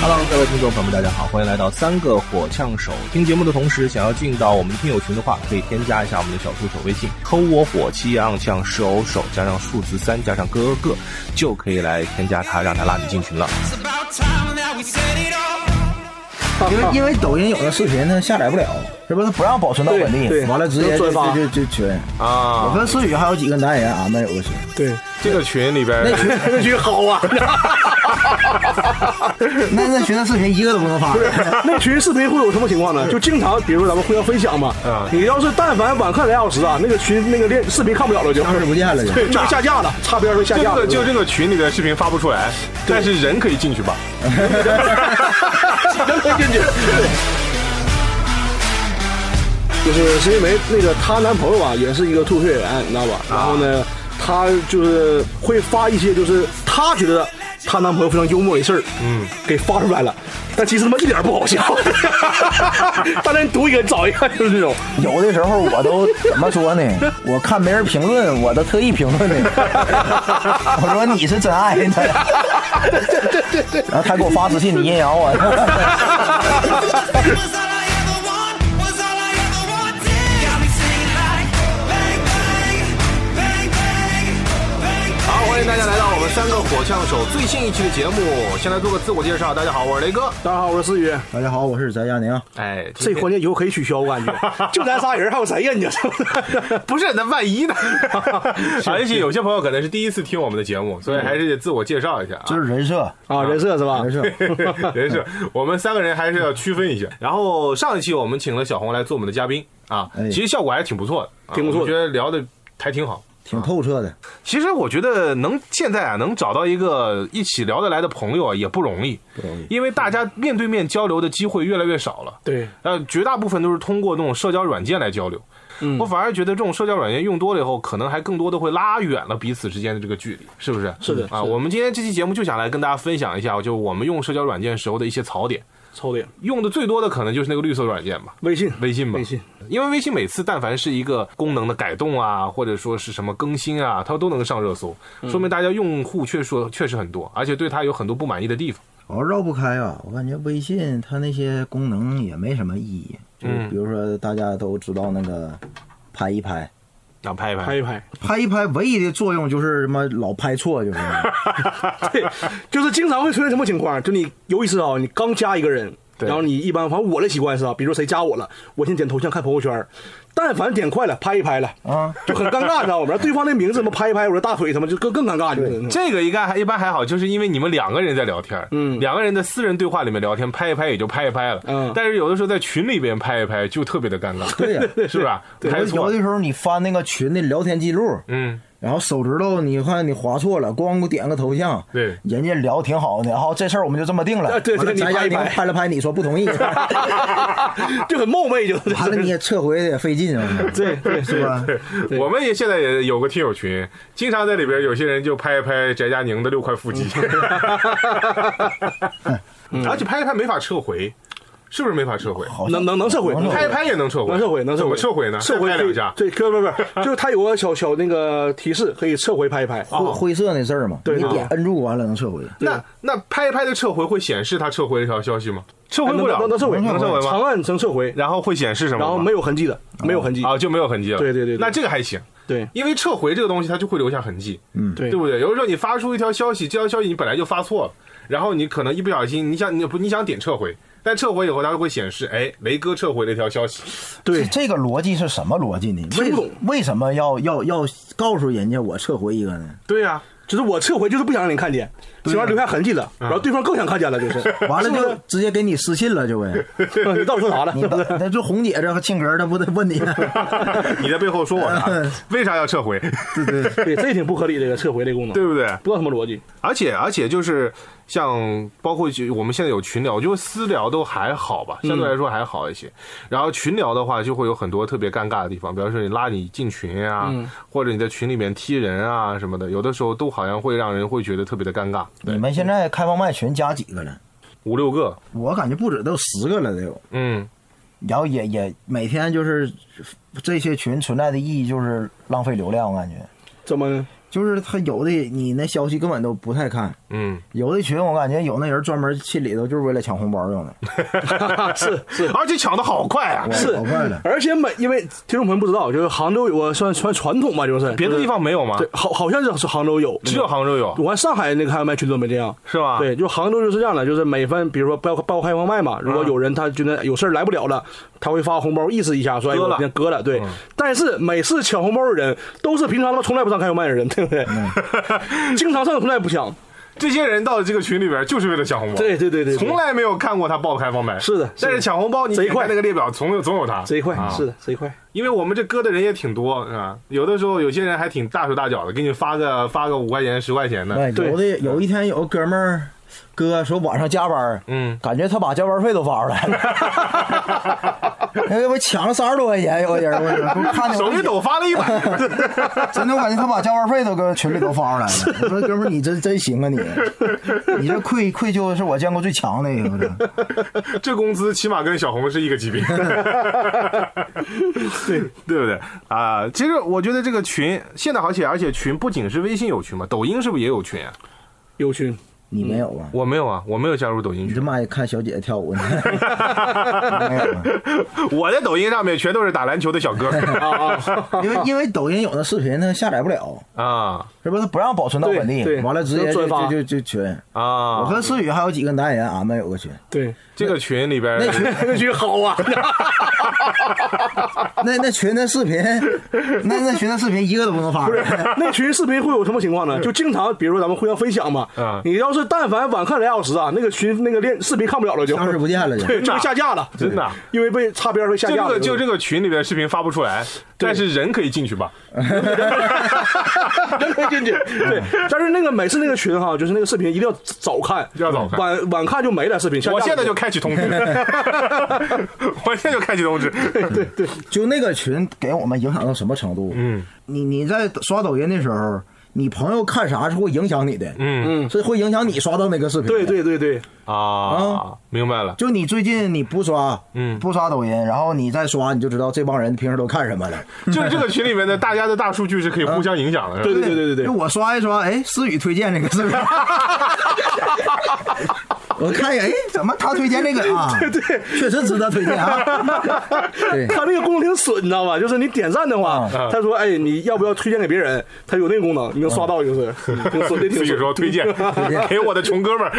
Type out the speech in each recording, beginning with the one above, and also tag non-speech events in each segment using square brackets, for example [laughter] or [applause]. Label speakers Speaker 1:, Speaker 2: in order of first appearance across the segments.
Speaker 1: Hello，各位听众朋友们，大家好，欢迎来到三个火枪手。听节目的同时，想要进到我们听友群的话，可以添加一下我们的小助手微信，抠我火气昂呛是偶手，加上数字三，加上哥哥，就可以来添加他，让他拉你进群了。
Speaker 2: It's about time that we said it all.
Speaker 3: 因为因为抖音有的视频它下载不了，
Speaker 4: 是不是不让保存到稳定？
Speaker 5: 对
Speaker 3: 完了直接
Speaker 5: 就
Speaker 3: 就
Speaker 5: 转发
Speaker 3: 就就就群。
Speaker 1: 啊
Speaker 3: 我跟思雨还有几个男人，俺啊们有个群，
Speaker 5: 对，
Speaker 1: 这个群里
Speaker 5: 哎
Speaker 1: 边，
Speaker 5: 这局好啊玩，
Speaker 3: 那那群的视频一个都不能发。
Speaker 5: [laughs] 那群视频会有什么情况呢？就经常，比如说咱们互相分享嘛。你要是但凡晚看俩小时啊，那个群那个链视频看不了了就，
Speaker 3: 当时不见了就
Speaker 5: 对，就下架了，擦边就下
Speaker 1: 就
Speaker 5: 架
Speaker 1: 这
Speaker 5: 了。
Speaker 1: 个就这个群里的视频发不出来，但是人可以进去
Speaker 5: [laughs]
Speaker 1: 吧？
Speaker 5: 就是是因为那个她男朋友啊，也是一个吐血员，你知道吧？
Speaker 1: 啊
Speaker 5: 然后呢，她就是会发一些就是她觉得她男朋友非常幽默的事儿，嗯，给发出来了，但其实他妈一点儿不
Speaker 1: [laughs]
Speaker 5: 好笑，大连读一个找一个就是这种，
Speaker 4: 有的时候我都怎么说呢？我看没人评论，我都特意评论呢。我说你是真爱呢。然后他给我发私信，你阴阳我。
Speaker 2: [laughs] Was all I ever want, was all I ever wanted. Got me singing like bang, bang, bang, bang, bang,
Speaker 1: 好，欢迎大家来到我们三个火枪手最新一期的节目。先来做个自我介绍，大家好，我是雷哥。
Speaker 5: 大家好，我是思雨。
Speaker 3: [laughs] 大家好，我是翟佳宁。
Speaker 1: 哎，
Speaker 5: 这环节以后可以取消，我感觉 [laughs] 就咱仨人，还有谁 [laughs] 呀？你这
Speaker 1: 不是，那万 [laughs] 一呢？而且有些朋友可能是第一次听我们的节目，所以还是得自我介绍一下啊。
Speaker 4: 这是人设，
Speaker 5: 啊，人设是吧？
Speaker 3: 没事，
Speaker 1: [laughs] 人是，我们三个人还是要区分一下。然后上一期我们请了小红来做我们的嘉宾啊，
Speaker 3: 哎
Speaker 1: 其实效果还是挺不错的，啊
Speaker 5: 挺不错的
Speaker 1: 我觉得聊的还挺好。
Speaker 3: 挺透彻的。
Speaker 1: 其实我觉得能现在啊，能找到一个一起聊得来的朋友啊，也不容易，不容易，因为大家面对面交流的机会越来越少了。
Speaker 5: 对，
Speaker 1: 呃，绝大部分都是通过那种社交软件来交流。嗯，我反而觉得这种社交软件用多了以后，可能还更多的会拉远了彼此之间的这个距离，是不是？
Speaker 5: 是的是
Speaker 1: 啊，
Speaker 5: 的
Speaker 1: 我们今天这期节目就想来跟大家分享一下，就我们用社交软件时候的一些槽点。
Speaker 5: 抽点
Speaker 1: 用的最多的可能就是那个绿色软件吧，
Speaker 5: 微信，
Speaker 1: 微信吧。
Speaker 5: 微信，
Speaker 1: 因为微信每次但凡是一个功能的改动啊，或者说是什么更新啊，它都能上热搜，
Speaker 5: 嗯
Speaker 1: 说明大家用户确实确实很多，而且对它有很多不满意的地方。
Speaker 3: 我绕不开啊，我感觉微信它那些功能也没什么意义，就是
Speaker 1: 嗯
Speaker 3: 比如说大家都知道那个拍一拍。
Speaker 1: 那啊拍一
Speaker 5: 拍一拍， [laughs]
Speaker 3: 拍一拍，唯一的作用就是什么老拍错， [laughs] 就是
Speaker 5: 对， [laughs] 就是经常会出现什么情况？就你有意识啊，你刚加一个人，
Speaker 1: 对
Speaker 5: 然后你一般，反正我的习惯是啊，比如谁加我了，我先点头像看朋友圈，但凡点快了，拍一拍了
Speaker 4: 啊，
Speaker 5: 就很尴尬，你知道吗？对方那名字什么拍一拍，我的大腿什么，就更更尴尬，就是那种
Speaker 1: 这个应该还一般还好，就是因为你们两个人在聊天，嗯，两个人的私人对话里面聊天，拍一拍也就拍一拍了，
Speaker 5: 嗯
Speaker 1: 但是有的时候在群里边拍一拍就特别的尴尬，
Speaker 3: 对呀、
Speaker 1: 是吧？拍
Speaker 4: 有
Speaker 1: 错
Speaker 4: 的
Speaker 1: 了，
Speaker 4: 时候你翻那个群的聊天记录，
Speaker 1: 嗯，
Speaker 3: 然后手指头，你看你划错了，咣给我点个头像，
Speaker 1: 对，
Speaker 4: 人家聊挺好的，然后这事儿我们就这么定
Speaker 5: 啊，
Speaker 4: 了。
Speaker 5: 对
Speaker 3: 完了
Speaker 5: 对，你
Speaker 3: 翟佳
Speaker 5: 拍一
Speaker 3: 宁
Speaker 5: 拍，
Speaker 3: 拍了拍你说不 [laughs] 同意，
Speaker 5: [laughs] 就很冒昧，就
Speaker 3: 完了你也撤回也费劲啊，
Speaker 5: 对对
Speaker 3: 是吧？
Speaker 5: 对
Speaker 1: 我们也现在也有个听友群，经常在里边有些人就拍一拍翟佳宁的六块腹肌，而且拍一拍没法撤回，是不是没法撤回？
Speaker 4: 好像
Speaker 5: 能能能撤回，
Speaker 4: 能撤回
Speaker 1: 拍一拍也能撤回，
Speaker 5: 能撤回，能撤
Speaker 1: 怎
Speaker 5: 回，
Speaker 1: 么撤回呢？
Speaker 5: 撤回
Speaker 1: 再拍
Speaker 5: 可以
Speaker 1: 两下，
Speaker 5: 对，不不不，就是它有个小小那个提示，可以撤回拍一
Speaker 1: 啊
Speaker 5: 拍。
Speaker 3: 灰灰色那事儿嘛，
Speaker 5: 对
Speaker 3: 你
Speaker 5: 对
Speaker 3: 点摁住完了能撤回。
Speaker 1: 那那拍一拍的撤回会显示他撤回这条消息吗？撤回
Speaker 5: 能
Speaker 1: 不了，
Speaker 5: 能能撤回，
Speaker 1: 能撤回
Speaker 5: 长
Speaker 1: 吗？
Speaker 5: 按能撤回，
Speaker 1: 然后会显示什么吗？
Speaker 5: 然后没有痕迹的，没有痕迹。
Speaker 1: 啊，就没有痕迹了。
Speaker 5: 对对对对
Speaker 1: 那这个还行，
Speaker 5: 对
Speaker 1: 因为撤回这个东西它就会留下痕迹，嗯，
Speaker 5: 对
Speaker 1: 对不对？有的时候你发出一条消息，这条消息你本来就发错了，然后你可能一不小心，你想你不你想点撤回，但撤回以后它就会显示，哎，雷哥撤回了一条消
Speaker 5: [laughs]
Speaker 1: 息，
Speaker 5: 对
Speaker 4: 这，这个逻辑是什么逻辑呢？
Speaker 5: 听
Speaker 4: 为
Speaker 5: 不懂
Speaker 4: 为什么要要
Speaker 3: 要要告诉人家我撤回一个 [laughs] 呢，
Speaker 1: 对啊呀、
Speaker 5: 就是我撤回就是不想让你看见，起码留下痕迹
Speaker 1: 啊
Speaker 5: 了，然后对方更想看见
Speaker 1: [laughs]
Speaker 5: 了，就是。
Speaker 3: 完了就直接给你私信了，就 [laughs] 呗。
Speaker 5: 你到底说啥了？
Speaker 3: 你到那就红姐这和庆哥，他不得问 [laughs] 你？
Speaker 1: 你在背后说我啥？
Speaker 5: [laughs]
Speaker 1: 为啥要撤回？
Speaker 5: 对，这也挺不合理，这个撤回这个功能，
Speaker 1: 对不对？
Speaker 5: 不知道什么逻辑。
Speaker 1: 而且而且就是像包括就我们现在有群聊，就私聊都还好吧，相对来说还好一些。然后群聊的话，就会有很多特别尴尬的地方，比方说你拉你进群啊，或者你在群里面踢人啊什么的，有的时候都好像会让人会觉得特别的尴尬。
Speaker 4: 你
Speaker 1: 对，
Speaker 4: 们现在开放麦群加几个了？
Speaker 1: 五六个，
Speaker 3: 我感觉不止都十个了，得有。
Speaker 1: 嗯，
Speaker 4: 然后也也
Speaker 3: 每天就是
Speaker 4: 这些群存在的意义就是浪费流量，我感觉。
Speaker 5: 怎么呢？
Speaker 4: 就是他有的你那消息根本都不太看，
Speaker 1: 嗯，
Speaker 4: 有的群我感觉有那人专门进里头就是为了抢红包用的，
Speaker 5: [laughs] 是是哦
Speaker 1: 而且抢的好快啊！
Speaker 5: 是
Speaker 4: 好快的，
Speaker 5: 而且每因为听众朋友不知道，就是杭州有个算算传统吧，就是
Speaker 1: 别的地方没有吗？
Speaker 5: 对，好好像是是杭州有，
Speaker 1: 只有杭州有
Speaker 5: 我看上海那个开放麦群都没这样，
Speaker 1: 是吧
Speaker 5: 对，就杭州就是这样的，就是每份比如说包包括开放麦嘛，
Speaker 1: 嗯
Speaker 5: 如果有人他觉得有事儿来不了了，他会发红包意思一下，说哎
Speaker 1: 割
Speaker 5: 我
Speaker 1: 了嗯
Speaker 5: 今天割了，对。但是每次抢红包的人都是平常他妈从来不上开放麦的人，对不对？
Speaker 1: 嗯
Speaker 5: 经常上从来不抢，
Speaker 1: 这些人到了这个群里边就是为了抢红包，
Speaker 5: 对对对对对
Speaker 1: 从来没有看过他报开放麦，
Speaker 5: 是的
Speaker 1: 但
Speaker 5: 是
Speaker 1: 是
Speaker 5: 的
Speaker 1: 抢红包你
Speaker 5: 贼
Speaker 1: 点开
Speaker 5: 快
Speaker 1: 那个列表总有总有他
Speaker 5: 这一块
Speaker 1: 啊
Speaker 5: 是的，这一块
Speaker 1: 因为我们这割的人也挺多啊，有的时候有些人还挺大手大脚的，给你发个 [laughs] 发个五块钱十块钱的，
Speaker 4: 对，哎有的有一天有个哥们儿，哥说晚上加班，
Speaker 1: 嗯，
Speaker 4: 感觉他把加班费都发出
Speaker 1: [laughs]
Speaker 4: 来了，那不抢了三十多块钱，有个人，我我看
Speaker 1: [laughs]
Speaker 4: 见
Speaker 1: 手
Speaker 4: 我
Speaker 1: 一抖发了一百，
Speaker 4: 真的，我感觉他把加班费都跟群里都发出来了。我说哥们儿，你真真行啊你，你这愧愧疚是我见过最强的一个了。
Speaker 1: [laughs] 这工资起码跟小红是一个级别， [laughs] 对对不对啊？其实我觉得这个群现在好起来，而且群不仅是微信有群嘛，抖音是不是也有群啊？
Speaker 5: 有群，
Speaker 4: 你没有啊？
Speaker 1: 我没有啊，我没有加入抖音
Speaker 4: 你
Speaker 1: 群
Speaker 4: 这。么爱看小姐姐跳舞呢？没有啊，
Speaker 1: [laughs] 我在抖音上面全都是打篮球的 [laughs] 小哥
Speaker 4: 因为因为抖音有的视频它下载不了，
Speaker 1: 啊
Speaker 4: 是不是？它不让保存到本
Speaker 5: 对
Speaker 4: 地，
Speaker 5: 对
Speaker 4: 完了直接就
Speaker 5: 就转发
Speaker 4: 就就就群。我
Speaker 1: 啊！
Speaker 4: 和思雨还有几个男人，俺们有个群，
Speaker 5: [laughs]
Speaker 1: [laughs]
Speaker 5: 对，
Speaker 1: 这个群里边
Speaker 4: 那群
Speaker 5: 那群好
Speaker 1: [laughs]
Speaker 5: 啊，
Speaker 4: 那那群的视频， [laughs] 那那群的视频一个都不能
Speaker 5: [laughs]
Speaker 4: 发出来。
Speaker 5: 那群视频会有什么情况呢？就经常，比如说咱们互相分享嘛。
Speaker 1: 嗯
Speaker 5: 你要是但凡晚看俩小时啊，那个群那个链视频看不了了就，
Speaker 4: 消失不见了就
Speaker 5: [laughs] 对，就被下架了，
Speaker 1: 真的啊
Speaker 5: 因为被擦边儿被下
Speaker 1: 就
Speaker 5: 架
Speaker 1: 这
Speaker 5: 了。
Speaker 1: 个就这个群里边视频发不出来，但是人可以进去吧？
Speaker 5: [laughs] 真没进去。
Speaker 1: 嗯
Speaker 5: 对，但是那个每次那个群哈，就是那个视频一定要早看，
Speaker 1: 要早看
Speaker 5: 晚晚看就没了视频。下架
Speaker 1: 我
Speaker 5: 了
Speaker 1: 现在就开启 [laughs] 通知，我现在就开启通知。对对，
Speaker 4: 就那个群给我们影响到什么程度？嗯，你你在刷抖音的时候，你朋友看啥是会影响你的，嗯嗯，是会影响你刷到那个视频。
Speaker 5: 对，对对对，
Speaker 1: 啊，明白了。
Speaker 4: 就你最近你不刷，
Speaker 1: 嗯
Speaker 4: 不刷抖音，然后你再刷，你就知道这帮人平时都看什么了。
Speaker 1: 就是这个群里面的大家的大数据是可以互相影响的，是吧
Speaker 5: 对对对对对
Speaker 4: 就
Speaker 5: 对。
Speaker 4: 我刷一刷，哎，思雨推荐这个视
Speaker 5: [laughs]
Speaker 4: 频，我看一眼，哎，怎么他推荐这个
Speaker 5: [laughs]
Speaker 4: 啊？对对，确实值得推荐啊。
Speaker 1: [laughs]
Speaker 4: 对
Speaker 5: 他那个功能挺损，你知道吧？就是你点赞的话，
Speaker 1: 啊
Speaker 5: 他说：“哎，你要不要推荐给别人？”他有那个功能，你能刷到，
Speaker 1: [laughs]
Speaker 5: 就是挺损的，挺
Speaker 1: 所以
Speaker 5: 损。
Speaker 1: 说推荐给我的穷哥们 [laughs] 儿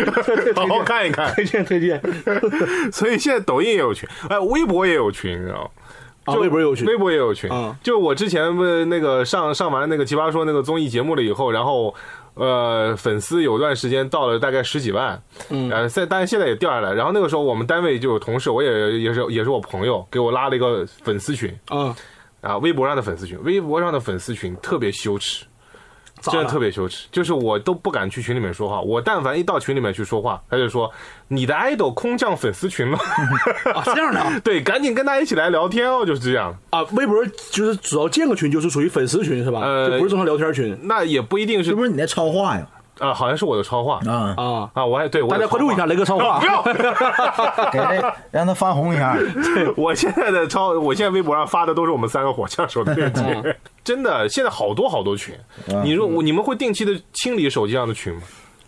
Speaker 1: 好好看一 [laughs] 看。
Speaker 5: 推荐推荐，
Speaker 1: 所以现在抖音也有群，哎，微博也有群，你知道吗？
Speaker 5: 啊
Speaker 1: 就
Speaker 5: 微博也有群
Speaker 1: 微博也有群。
Speaker 5: 嗯
Speaker 1: 就我之前问那个上上完那个《奇葩说》那个综艺节目了以后，然后呃，粉丝有段时间到了大概十几万，嗯，呃，现但是现在也掉下来。然后那个时候我们单位就有同事，我也也是也是我朋友，给我拉了一个粉丝群
Speaker 5: 啊，
Speaker 1: 啊，微博上的粉丝群，微博上的粉丝群特别羞耻。
Speaker 5: 咋
Speaker 1: 真
Speaker 5: 了
Speaker 1: 的特别羞耻，就是我都不敢去群里面说话。我但凡一到群里面去说话，他就说你的 idol 空降粉丝群了。 [laughs]
Speaker 5: 啊，这样的啊
Speaker 1: 对，赶紧跟他一起来聊天哦，就是这样。
Speaker 5: 啊，微博就是只要建个群，就是属于粉丝群是吧？
Speaker 1: 呃
Speaker 5: 就不是正常聊天群
Speaker 1: 那也不一定是
Speaker 4: 是不是你那超话呀？
Speaker 1: 啊、好像是我的超话
Speaker 4: 啊，
Speaker 5: 啊。
Speaker 1: 啊，我还对我
Speaker 5: 大家
Speaker 1: 有超
Speaker 5: 关注一下
Speaker 1: 话
Speaker 5: 雷哥超话，
Speaker 1: 不要！
Speaker 4: 给这让他翻红一下。
Speaker 1: 我现在的超，我现在微博上发的都是我们三个火枪手的链
Speaker 5: 嗯
Speaker 1: 接， [laughs] 真的，现在好多好多群。你说我你们会定期的清理手机上的群吗？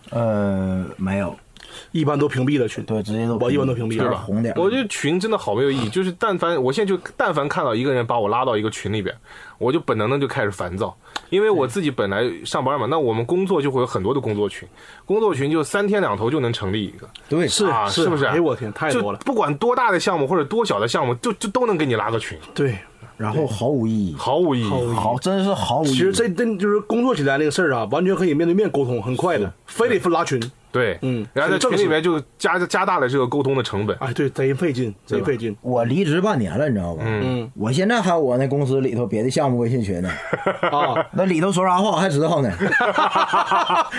Speaker 4: 呃，没有，
Speaker 5: [laughs] 一般都屏蔽了群。
Speaker 4: 对，直接都
Speaker 5: 我一般都屏蔽
Speaker 4: 全
Speaker 5: 了
Speaker 4: 是
Speaker 5: 吧
Speaker 4: 红点儿。
Speaker 1: 我觉得群真的好没有意义，就是但凡我现在就但凡看到一个人把我拉到一个群里边，我就本能的就开始烦躁，因为我自己本来上班嘛，那我们工作就会有很多的工作群，工作群就三天两头就能成立一个，
Speaker 4: 对，
Speaker 5: 是
Speaker 1: 啊，是不是？
Speaker 5: 哎呦我天，太多了
Speaker 1: 就。不管多大的项目或者多小的项目，就就都能给你拉个群，
Speaker 5: 对，
Speaker 4: 然后毫无意义，
Speaker 1: 毫无意义。
Speaker 4: 毫真是毫无意义。
Speaker 5: 其实这这就是工作起来那个事儿啊，完全可以面对面沟通，很快的，非得分拉群。
Speaker 1: 对，
Speaker 5: 嗯
Speaker 1: 然后在
Speaker 5: 很正
Speaker 1: 群里面就加加大了这个沟通的成 [laughs] 本。
Speaker 5: 哎，对，贼费劲，贼费劲。
Speaker 4: 我离职半年了，你知道吧？嗯，我现在还有我那公司里头别的项目微信群呢，
Speaker 5: 啊，
Speaker 4: 那里头说啥话我还知道呢。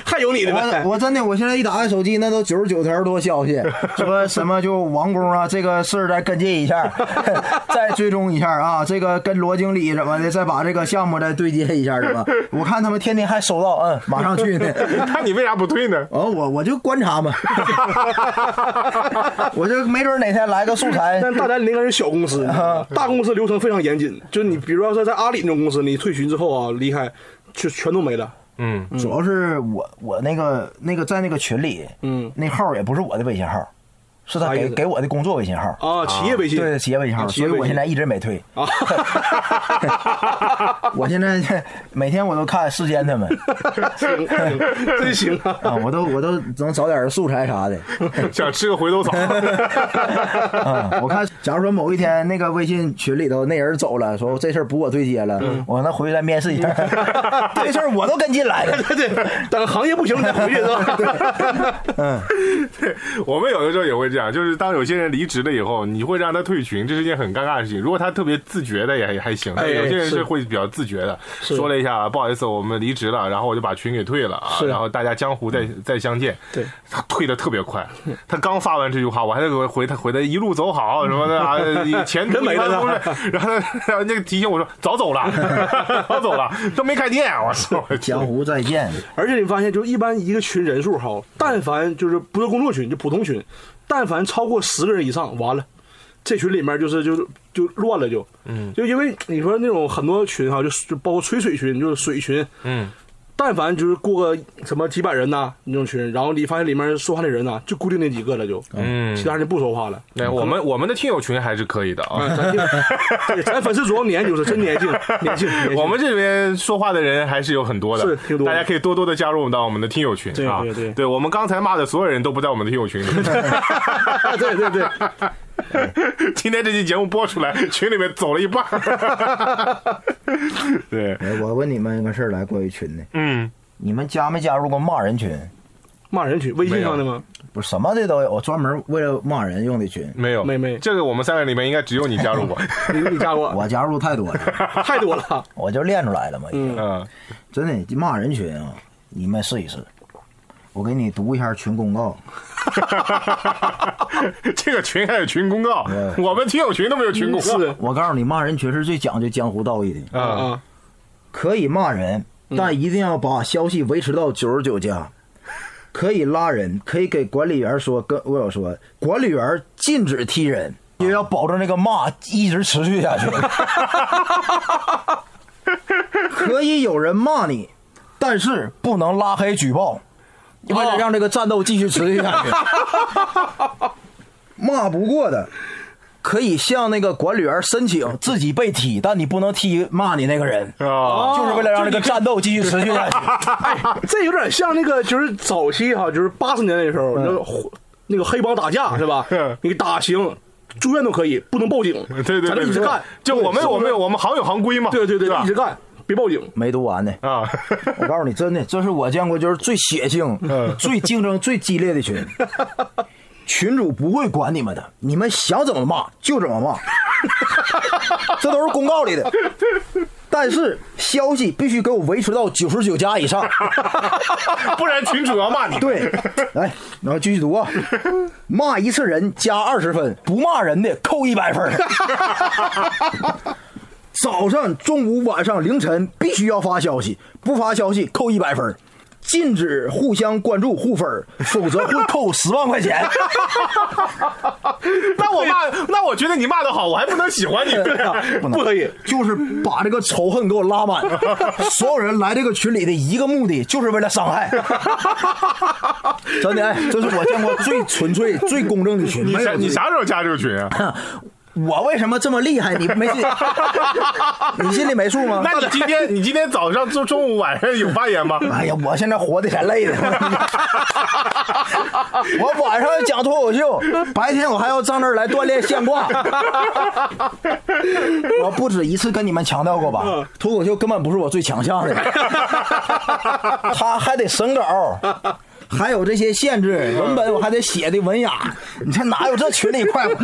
Speaker 5: 还有你的呗
Speaker 4: 我。我真的，我现在一打开手机，那都九十九条多消息，说什么就王工啊，这个事儿再跟进一下， [laughs] 再追踪一下啊，这个跟罗经理什么的，再把这个项目再对接一下，什么？ [laughs] 我看他们天天还收到，嗯，马上去呢。
Speaker 1: 那你为啥不退呢？ [laughs]
Speaker 4: 哦，我我就观察嘛， [laughs] 我就没准哪天来个素材，
Speaker 5: 但大家那个是小公司，
Speaker 4: 啊
Speaker 5: 你知道吗大公司流程非常严谨。就是你，比如说在在阿里那种公司，你退群之后啊，离开，就全都没了。
Speaker 1: 嗯，
Speaker 4: 主要是我我那个那个在那个群里，
Speaker 5: 嗯
Speaker 4: 那号也不是我的微信号，是他
Speaker 5: 啥意
Speaker 4: 给
Speaker 5: 思
Speaker 4: 给我的工作微信号，
Speaker 5: 啊，企业微信，
Speaker 4: 对 [laughs] 企业哦微信号，
Speaker 5: 啊企
Speaker 4: 所
Speaker 5: 业
Speaker 4: 以
Speaker 5: 微信
Speaker 4: 我现在一直没退。
Speaker 5: 啊，
Speaker 4: [laughs] 我现在每天我都看世间 [laughs] 他们
Speaker 5: 行，行 [laughs] 真行啊！
Speaker 4: 啊，我都我都能找点素材啥 [laughs] 的。
Speaker 1: 想吃个回头草。
Speaker 4: 啊，我看，假如说某一天那个微信群里头那人走了，说这事儿不我对接了，我那回去再面试一 [laughs] 下，这事儿我都跟进来 [laughs] 了。
Speaker 5: 对，等行业不行再回去是吧？ [laughs]
Speaker 1: [laughs] 我们有的时候也会这样，就是当有些人离职了以后，你会让他退群，这是一件很尴尬的事情。如果他特别自觉的也也还行，但
Speaker 5: 哎
Speaker 1: 有些人
Speaker 5: 是
Speaker 1: 是会比较自觉的，说了一下不好意思，我们离职了，然后我就把群给退了啊，
Speaker 5: 是
Speaker 1: 然后大家江湖再再相见。
Speaker 5: 对，
Speaker 1: 他退的特别快，他刚发完这句话，我还得给我回他回他一路走好什么的 [laughs] 啊，前途
Speaker 5: 人没
Speaker 1: 一帆
Speaker 5: 了
Speaker 1: 风
Speaker 5: 呢
Speaker 1: 顺。然后他然后那个提醒我说早走了， [laughs] 早走了，都没开店，我操！ [laughs]
Speaker 4: 江湖再见，
Speaker 5: 而且你发现，就是一般一个群人数哈，但凡就是不是工作群，就普通群，但凡超过十个人以上，完了，这群里面就是就是就乱了就，嗯，就因为你说那种很多群哈，就是就包括吹水群，就是水群，
Speaker 1: 嗯，
Speaker 5: 但凡就是过个什么几百人呐、那种群，然后你发现里面说话的人呐、就固定那几个了就，
Speaker 1: 嗯
Speaker 5: 其他人就不说话
Speaker 1: [laughs]
Speaker 5: 了。
Speaker 1: 对，哎我们我们的听友群还是可以的啊。
Speaker 5: 咱就对咱粉丝主要年轻，就是真年轻，年轻。年轻
Speaker 1: 我们这边说话的人还是有很多的，
Speaker 5: 是挺多的
Speaker 1: 大家可以多多的加入到我们的听友群
Speaker 5: 对
Speaker 1: 啊。
Speaker 5: 对对
Speaker 1: 我们刚才骂的所有人都不在我们的听友群
Speaker 5: [laughs]
Speaker 1: 里。对
Speaker 5: 对对。
Speaker 1: 今天这期节目播出来，群里面走了一
Speaker 5: [laughs]
Speaker 1: 半儿。对，
Speaker 4: 哎我问你们个事儿来，关于群的，
Speaker 1: 嗯，
Speaker 4: 你们加没加入过骂人群？
Speaker 5: 骂人群，微信上的吗？
Speaker 4: 不是什么的都有，我专门为了骂人用的 [laughs] 群，
Speaker 1: 没有，
Speaker 5: 没没
Speaker 1: 这个我们三个里面应该只有你加
Speaker 5: [laughs]
Speaker 1: 入过。
Speaker 5: 你你加过？
Speaker 4: 我加入太多了，
Speaker 5: 太多了。
Speaker 4: 我就练出来了嘛。已经
Speaker 5: 嗯，
Speaker 1: 嗯， [laughs]
Speaker 4: 真的骂人群啊，你们试一试。我给你读一下群公告，
Speaker 1: 这个群还有群公告，我们听友群都没有 [laughs] 群公告。
Speaker 5: 嗯是
Speaker 4: 我告诉你，骂人群是最讲究江湖道义的。
Speaker 5: 啊
Speaker 1: 啊，
Speaker 5: 啊，
Speaker 4: 可以骂人，但一定要把消息维持到九十九加。可以拉人，可以给管理员说，跟我有说，管理员禁止踢人，也要保证这个骂一直持续下去。可以有人骂你，但是不能拉黑举报，为了让这个战斗继续持续下去。 [laughs] 骂不过的，可以向那个管理员申请自己被踢，但你不能踢骂你那个人。
Speaker 5: 嗯
Speaker 1: 啊，
Speaker 4: 哦就是为了让这个战斗继续持续下去。
Speaker 5: [laughs] 这有点像那个，就是早期哈，就是八十年代的时候，那个火那个黑帮打架是吧
Speaker 1: 嗯？
Speaker 5: 你打行，住院都可以，不能报警。
Speaker 1: [laughs] 对对对
Speaker 5: 咱
Speaker 1: 对，
Speaker 5: 们一直干。
Speaker 1: 就我们
Speaker 5: 对
Speaker 1: 我们我们行有行规嘛。
Speaker 5: 对对对
Speaker 1: 吧，
Speaker 5: 一直干，别报警。
Speaker 4: [laughs] 没读完呢，
Speaker 1: 啊，
Speaker 4: 我告诉你，真的，这是我见过就是最血性、最竞争最激烈的群。 [laughs] 群主不会管你们的，你们想怎么骂就怎么骂，这都是公告里的。但是消息必须给我维持到九十九加以上。
Speaker 1: 不然群主要骂你。 [laughs]
Speaker 4: 对，来，然后继续读啊，骂一次人加二十分，不骂人的扣一百分。
Speaker 1: [laughs]
Speaker 4: 早上、中午、晚上、凌晨必须要发消息，不发消息扣一百分。禁止互相关注互粉，否则会扣十万块
Speaker 1: [laughs]
Speaker 4: 钱。
Speaker 1: 那我骂，那我觉得你骂的好，我还不能喜欢你。
Speaker 5: [laughs]
Speaker 1: 对啊，
Speaker 4: 不能
Speaker 5: 不可以，
Speaker 4: 就是把这个仇恨给我
Speaker 1: [laughs]
Speaker 4: 拉满。所有人来这个群里的一个目的，就是为了伤害。真的，哎，这是我见过最纯粹、最公正的群。
Speaker 1: 你
Speaker 4: 没
Speaker 1: 啥
Speaker 4: 有
Speaker 1: 你
Speaker 4: 之一
Speaker 1: 啥时候加这个群
Speaker 5: [laughs]
Speaker 1: 啊？
Speaker 4: 我为什么这么厉害？你
Speaker 1: [laughs]
Speaker 4: 没信？你心里没数吗？
Speaker 1: 那你今天
Speaker 5: [laughs]
Speaker 1: 你今天早上、中中午、晚上有发言吗？
Speaker 4: [laughs] 哎呀，我现在活的才累的。 [laughs] 我晚上讲脱口秀，白天我还要上这儿来锻炼现挂。 [laughs] 我不止一次跟你们强调过吧，脱口秀根本不是我最强项的，他还得审稿。还有这些限制，文本我还得写的文雅，你看哪有这群里快活？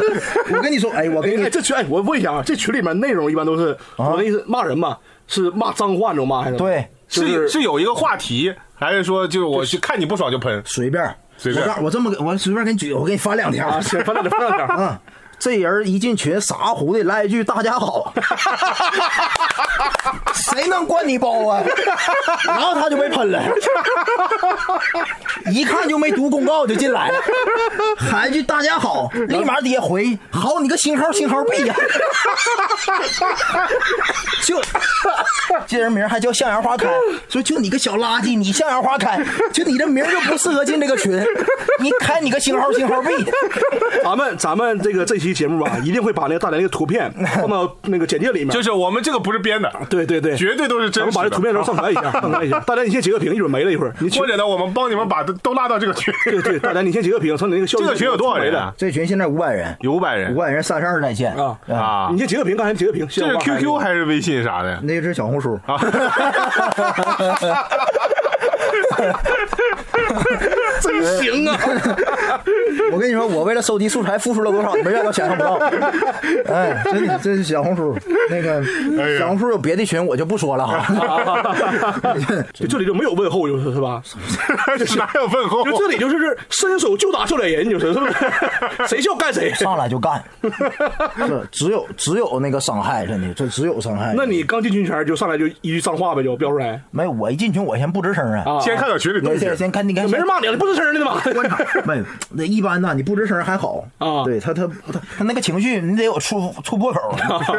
Speaker 4: 我跟你说，哎，我给你
Speaker 5: 哎，这群哎，我问一下啊，这群里面内容一般都是
Speaker 1: 啊
Speaker 5: 我的意思，骂人嘛，是骂脏话那种骂还是？
Speaker 4: 对，
Speaker 5: 就是
Speaker 1: 是是有一个话题，还是说就我去看你不爽就喷？
Speaker 4: 随便儿，
Speaker 1: 随便儿
Speaker 4: 我告我这么给我随便给你举，我给你发两条
Speaker 5: 啊，
Speaker 1: [laughs]
Speaker 4: 儿。
Speaker 5: 行，翻两点，翻两点。
Speaker 4: 嗯，这人一进群啥胡的，来一句“大家好”， [laughs] 谁能灌你包啊？然后他就被喷了，一看就没读公告就进来了，喊一句“大家好”，立马底下回“好你个星号星号币呀、 [laughs] 就这人名还叫向阳花开，所以就你个小垃圾，你向阳花开，就你这名儿就不适合进这个群，你开你个星号星号币。
Speaker 5: 咱们咱们这个这期节目吧，一定会把那个大连那个图
Speaker 1: [laughs]
Speaker 5: 片放到那个简介里面。
Speaker 1: 就是我们这个不是编的，
Speaker 5: 对对对，
Speaker 1: 绝对都是
Speaker 5: 咱
Speaker 1: 真
Speaker 5: 们
Speaker 1: 实
Speaker 5: 把
Speaker 1: 的
Speaker 5: 这图片都上传一下，上传一下。大连，你先截个屏，一会儿没了，一会儿你去
Speaker 1: [laughs] 或。者呢，我们帮你们把都都拉到这个群。
Speaker 5: [laughs] 对对，大连，你先截个屏，从你那个效
Speaker 1: 这
Speaker 5: 率
Speaker 1: 个群有多少人啊？？
Speaker 4: 这群现在五百人，
Speaker 1: 有五百人
Speaker 4: 五百人三十二在线
Speaker 5: 啊
Speaker 1: 啊
Speaker 5: 你！先截个屏，刚才截个屏。
Speaker 1: 这是
Speaker 5: 先往
Speaker 1: QQ
Speaker 5: 下
Speaker 1: 还是微信啥
Speaker 5: [laughs]
Speaker 1: 的？
Speaker 4: 那是小红书啊，
Speaker 5: 真行啊！
Speaker 4: 我跟你说，我为了收集素材付出了多少，你们远都想象不到。哎，真的，这是小红书那个
Speaker 5: 哎
Speaker 4: 小红书有别的群，我就不说了啊。
Speaker 5: [laughs] 就这里就没有问候，就是是吧？
Speaker 1: [laughs] 哪有问候？
Speaker 5: 就这里就是是伸手就打笑脸人，就是是不是？ [laughs] 谁笑干谁。
Speaker 4: [laughs] 上来就
Speaker 5: [laughs]
Speaker 4: 干，是只有只有那个伤害，真的，这只有伤害。
Speaker 5: 那你刚进群前就上来就一句脏话呗，就飙出来，
Speaker 4: 没有我一进群，我先不吱声啊，
Speaker 5: 啊
Speaker 1: 先看看群里
Speaker 4: 没
Speaker 1: 动静
Speaker 4: 事，。先看你看
Speaker 5: 没人骂你了，不吱声的呢 [laughs] 嘛。
Speaker 4: 没有，那一般呢，你不吱声还好
Speaker 5: 啊
Speaker 4: 对他，他他他那个情绪，你得有出出破口，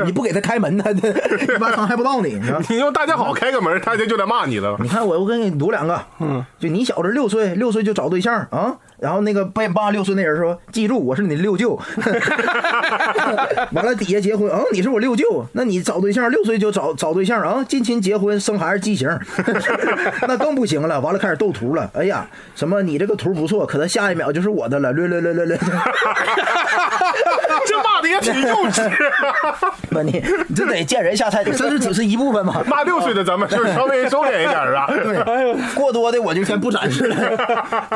Speaker 4: 你不给他开门，他他一般伤害不到你。你知道吗
Speaker 1: [laughs] 你用大家好开个门，大家就来骂你了。 [laughs]
Speaker 4: 你看我，我给你读两个，嗯，就你小子六岁，六岁就找对象啊，然后那个被爸六岁那人说，记住我是你六舅， [laughs] 完了底下结婚，嗯，你是我六舅，那你找对象六岁就找找对象啊，近亲结婚生孩子畸形， [laughs] 那更不行了，完了开始斗图了，哎呀，什么你这个图不错，可他下一秒就是我的了，略略略略 [laughs] 略。
Speaker 1: 这骂的也挺幼稚。啊
Speaker 4: 不，你你这得见人下菜，这是只是一部分嘛。
Speaker 1: [laughs] 骂六岁的咱们就稍微收敛一点儿啊。
Speaker 4: 对，过多的我就先不展示了，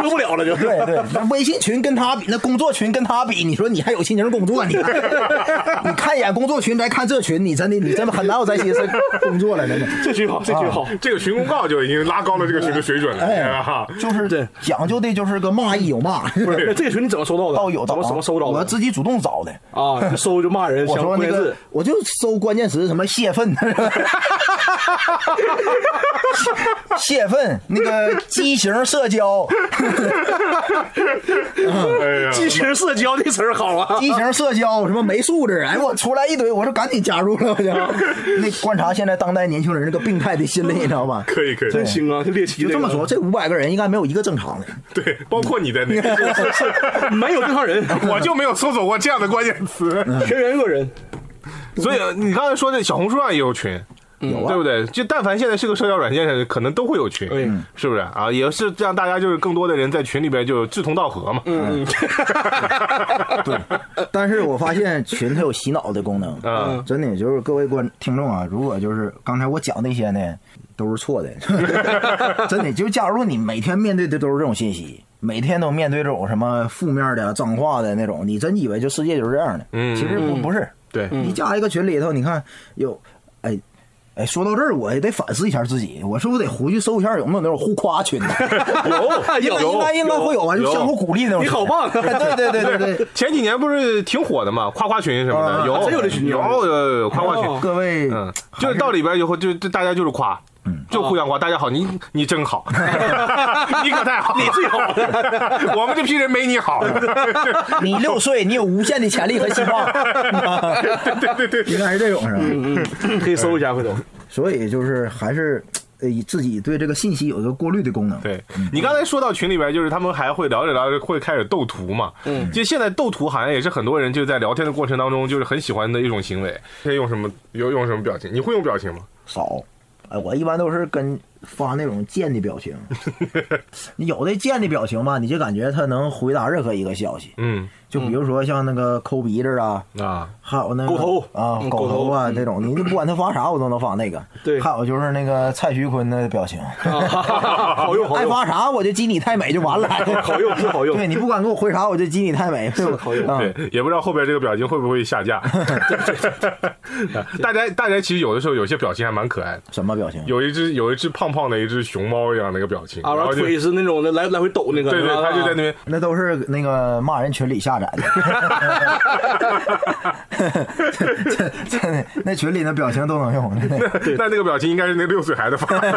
Speaker 5: 用不了了就。
Speaker 4: 对对，那微信群跟他比，那工作群跟他比，你说你还有心情工作？你
Speaker 5: [laughs]
Speaker 4: 你看一眼工作群，再看这群，你真的你真的很难有再心思工作了，真的。
Speaker 5: [laughs] 这句好，这句
Speaker 4: 啊
Speaker 5: 好。
Speaker 1: 这个群公告就已经拉高了这个群的水准了
Speaker 4: 哎
Speaker 1: 啊，！
Speaker 4: 就是
Speaker 5: 对
Speaker 4: 讲究的就是个骂一有骂，
Speaker 5: 不
Speaker 4: [laughs]
Speaker 5: 是，这个群你怎么收到的？
Speaker 4: 到有到
Speaker 5: 怎么怎么收到
Speaker 4: 我
Speaker 5: 的？
Speaker 4: 自己主动找的。
Speaker 5: 啊，搜就骂人，
Speaker 4: 我
Speaker 5: 想
Speaker 4: 说
Speaker 5: 关
Speaker 4: 那
Speaker 5: 键
Speaker 4: 个 [laughs]
Speaker 5: 字，
Speaker 4: 我就搜关键词什么泄
Speaker 5: [laughs]
Speaker 4: 愤，泄愤，那个畸形社交，
Speaker 1: 哎呀，
Speaker 5: 激情社交这词儿
Speaker 4: [laughs]
Speaker 5: 好啊。
Speaker 4: 畸形社交，什么没素质，哎，我出来一堆，我说赶紧加入了，我就那观察现在当代年轻人这个病态的心理，你知道吧？
Speaker 1: 可以可以，
Speaker 5: 真行啊，这猎奇
Speaker 4: 就
Speaker 5: 个
Speaker 4: 这么说，，这五百个人应该没有一个正常的。
Speaker 1: 对，包括你在内，
Speaker 5: 没有正常人，
Speaker 1: [laughs] 我就没有搜索过这样的关键词。
Speaker 5: 全员恶人。
Speaker 1: 所以你刚才说的小红书上也有群。嗯
Speaker 4: 啊
Speaker 1: 对不对？就但凡现在是个社交软件上，可能都会有群，
Speaker 5: 嗯
Speaker 1: 是不是啊？也是让大家就是更多的人在群里边就志同道合嘛。嗯，
Speaker 4: 对，但是我发现群它有洗脑的功能，
Speaker 1: 嗯
Speaker 4: 真的就是各位观听众啊，如果就是刚才我讲那些呢，都是错的， [laughs] 真的。就假如你每天面对的都是这种信息，每天都面对这种什么负面的、脏话的那种，你真以为就世界就是这样的？
Speaker 1: 嗯
Speaker 4: 其实不不是。
Speaker 1: 对，
Speaker 5: 嗯
Speaker 4: 你加一个群里头，你看有，哎。哎，说到这儿，我也得反思一下自己，我是不是得回去搜一下有没有那种互夸群呢？
Speaker 5: 有
Speaker 4: 应该应该会有啊，就
Speaker 1: 哦有
Speaker 4: 相互鼓励那种
Speaker 5: 你
Speaker 4: 群。
Speaker 5: 好棒
Speaker 4: [laughs] 对对对
Speaker 1: [laughs]
Speaker 4: 对对，
Speaker 1: 前几年不是挺火的嘛，夸夸群什么
Speaker 4: 啊
Speaker 1: 的，有
Speaker 5: 真有这群
Speaker 1: 有有有有夸夸群
Speaker 5: 哦，
Speaker 4: [laughs] 各位，
Speaker 1: 嗯，就是到里边以后，就就大家就是夸，就互相夸。大家好，你你真好， [laughs] 你可太好，你最好， [laughs] 我们这批人没你好。 [laughs]
Speaker 4: 你六岁，你有无限的潜力和希望。
Speaker 1: 对对对，
Speaker 4: 应该是这种是
Speaker 5: 嗯
Speaker 4: 吧？
Speaker 1: 嗯
Speaker 5: 可以搜一下回头。
Speaker 4: 所以就是还是呃以自己对这个信息有一个过滤的功能。
Speaker 1: 对你刚才说到群里边，就是他们还会聊着聊着会开始斗图嘛。嗯，其实现在斗图好像也是很多人就在聊天的过程当中，就是很喜欢的一种行为。可以用什么？有用什么表情？你会用表情吗？
Speaker 4: 少。哎，我一般都是跟发那种贱的
Speaker 5: [laughs]
Speaker 4: 表情，你有的贱的表情吧，你就感觉他能回答任何一个消息，
Speaker 1: 嗯
Speaker 4: 就比如说像那个抠鼻子啊，
Speaker 1: 啊，
Speaker 4: 还有那个
Speaker 5: 狗头
Speaker 4: 啊
Speaker 5: 嗯，
Speaker 4: 狗
Speaker 5: 狗
Speaker 4: 头
Speaker 5: 头
Speaker 4: 啊这种，你就不管他发啥，我都能发那个。
Speaker 5: 对啊
Speaker 4: 还有就是那个蔡徐坤的表情，
Speaker 5: [laughs] 好用好
Speaker 4: [laughs] 爱
Speaker 5: 用，
Speaker 4: 发啥我就激你太美就完了。
Speaker 5: 好用是好用
Speaker 4: 对，你不管给我回啥，我就激你太美，对吧？
Speaker 5: 好用
Speaker 4: 啊
Speaker 1: 对，也不知道后边这个表情会不会下
Speaker 5: [laughs]
Speaker 1: 架。 [laughs] 大家大家其实有的时候有些表情还蛮可爱的。
Speaker 4: 什么表情？
Speaker 1: 有一只有一只胖胖的一只熊猫一样的一个表情，
Speaker 5: 啊，然
Speaker 1: 然
Speaker 5: 后
Speaker 1: 后就
Speaker 5: 腿是那种的来来回抖那个， [laughs]
Speaker 1: 对对，
Speaker 5: 啊
Speaker 1: 他就在那边
Speaker 4: 那都是那个骂人群里下发
Speaker 5: [laughs]
Speaker 4: 展的。这这这那群里那表情都能
Speaker 5: [laughs]
Speaker 4: 用，真的
Speaker 1: 那那个表情应该是那六岁孩子发
Speaker 5: [laughs]
Speaker 1: 的，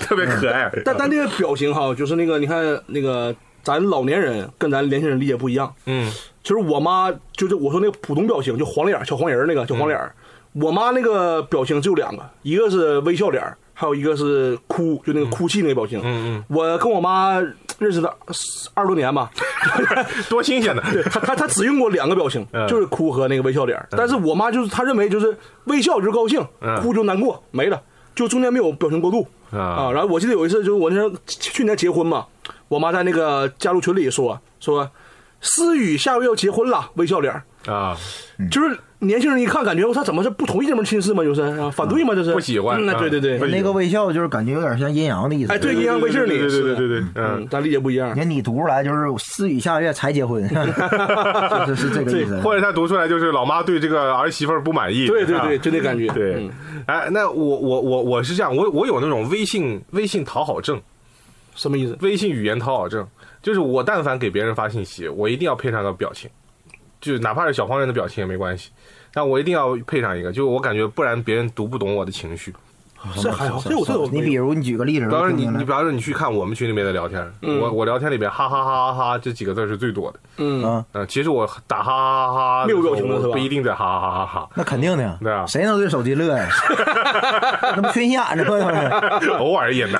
Speaker 1: 特别可爱。
Speaker 5: 嗯但但那个表情哈，就是那个你看那个咱老年人跟咱年轻人理解不一样。
Speaker 1: 嗯，
Speaker 5: 就是我妈，就是我说那个普通表情，就黄脸儿小黄人儿那个小黄脸儿、我妈那个表情只有两个，一个是微笑脸儿，还有一个是哭，就那个哭泣那个表情。
Speaker 1: 嗯嗯
Speaker 5: 我跟我妈认识的二十多年吧，
Speaker 1: 多新鲜的！
Speaker 5: [laughs] 对她她她只用过两个表情
Speaker 1: 嗯，
Speaker 5: 就是哭和那个微笑脸儿。但是我妈就是她认为就是微笑就是高兴
Speaker 1: 嗯，
Speaker 5: 哭就难过，没了，就中间没有表情过渡。
Speaker 1: 啊
Speaker 5: 啊，然后我记得有一次，就是我那时候去去年结婚嘛，我妈在那个家族群里说说，思雨下月要结婚了，微笑脸儿，
Speaker 1: 啊，
Speaker 5: 就是年轻人一看感觉我操，怎么是不同意这门亲事吗？就是啊，反对吗？这是
Speaker 1: 不喜欢
Speaker 5: 嗯，那对对
Speaker 1: 嗯
Speaker 5: 对，
Speaker 4: 那个微笑就是感觉有点像阴阳的意思。
Speaker 5: 哎，对，阴阳怪气儿里，
Speaker 1: 对对对
Speaker 5: 是的
Speaker 1: 对对对对
Speaker 5: 嗯，咱理解不一样
Speaker 4: 你。看你读出来就是私语下月才结
Speaker 5: [laughs]
Speaker 4: 婚，就是是这个意思。
Speaker 1: 嗯或者他读出来就是老妈对这个儿媳妇儿不满意。
Speaker 5: 对对
Speaker 1: 啊
Speaker 5: 对，就那感觉。
Speaker 1: 对
Speaker 5: 嗯，
Speaker 1: 哎，那我我我我是这样，我我有那种微信微信讨好症，
Speaker 5: 什么意思？
Speaker 1: 微信语言讨好症，就是我但凡给别人发信息，我一定要配上个表情，就哪怕是小黄人的表情也没关系，但我一定要配上一个，就我感觉不然别人读不懂我的情绪。
Speaker 5: 这还哎好，这我这我
Speaker 4: 你比如你举个例子，
Speaker 1: 比方说你
Speaker 4: 听听
Speaker 1: 你
Speaker 4: 来
Speaker 1: 比方说你去看我们群里面的聊天，
Speaker 5: 嗯
Speaker 1: 我我聊天里边哈哈哈哈哈这几个字是最多的。
Speaker 5: 嗯，
Speaker 4: 啊，
Speaker 1: 嗯、其实我打哈哈哈哈的
Speaker 5: 没有表
Speaker 1: 时候
Speaker 5: 情的是
Speaker 1: 我不
Speaker 5: 吧
Speaker 1: 一定在哈哈哈哈
Speaker 4: 那肯定的呀，
Speaker 1: 对啊
Speaker 4: 谁能对手机乐呀？那不群演呢吗？
Speaker 5: [laughs]
Speaker 4: 那
Speaker 1: 哈，偶尔也能，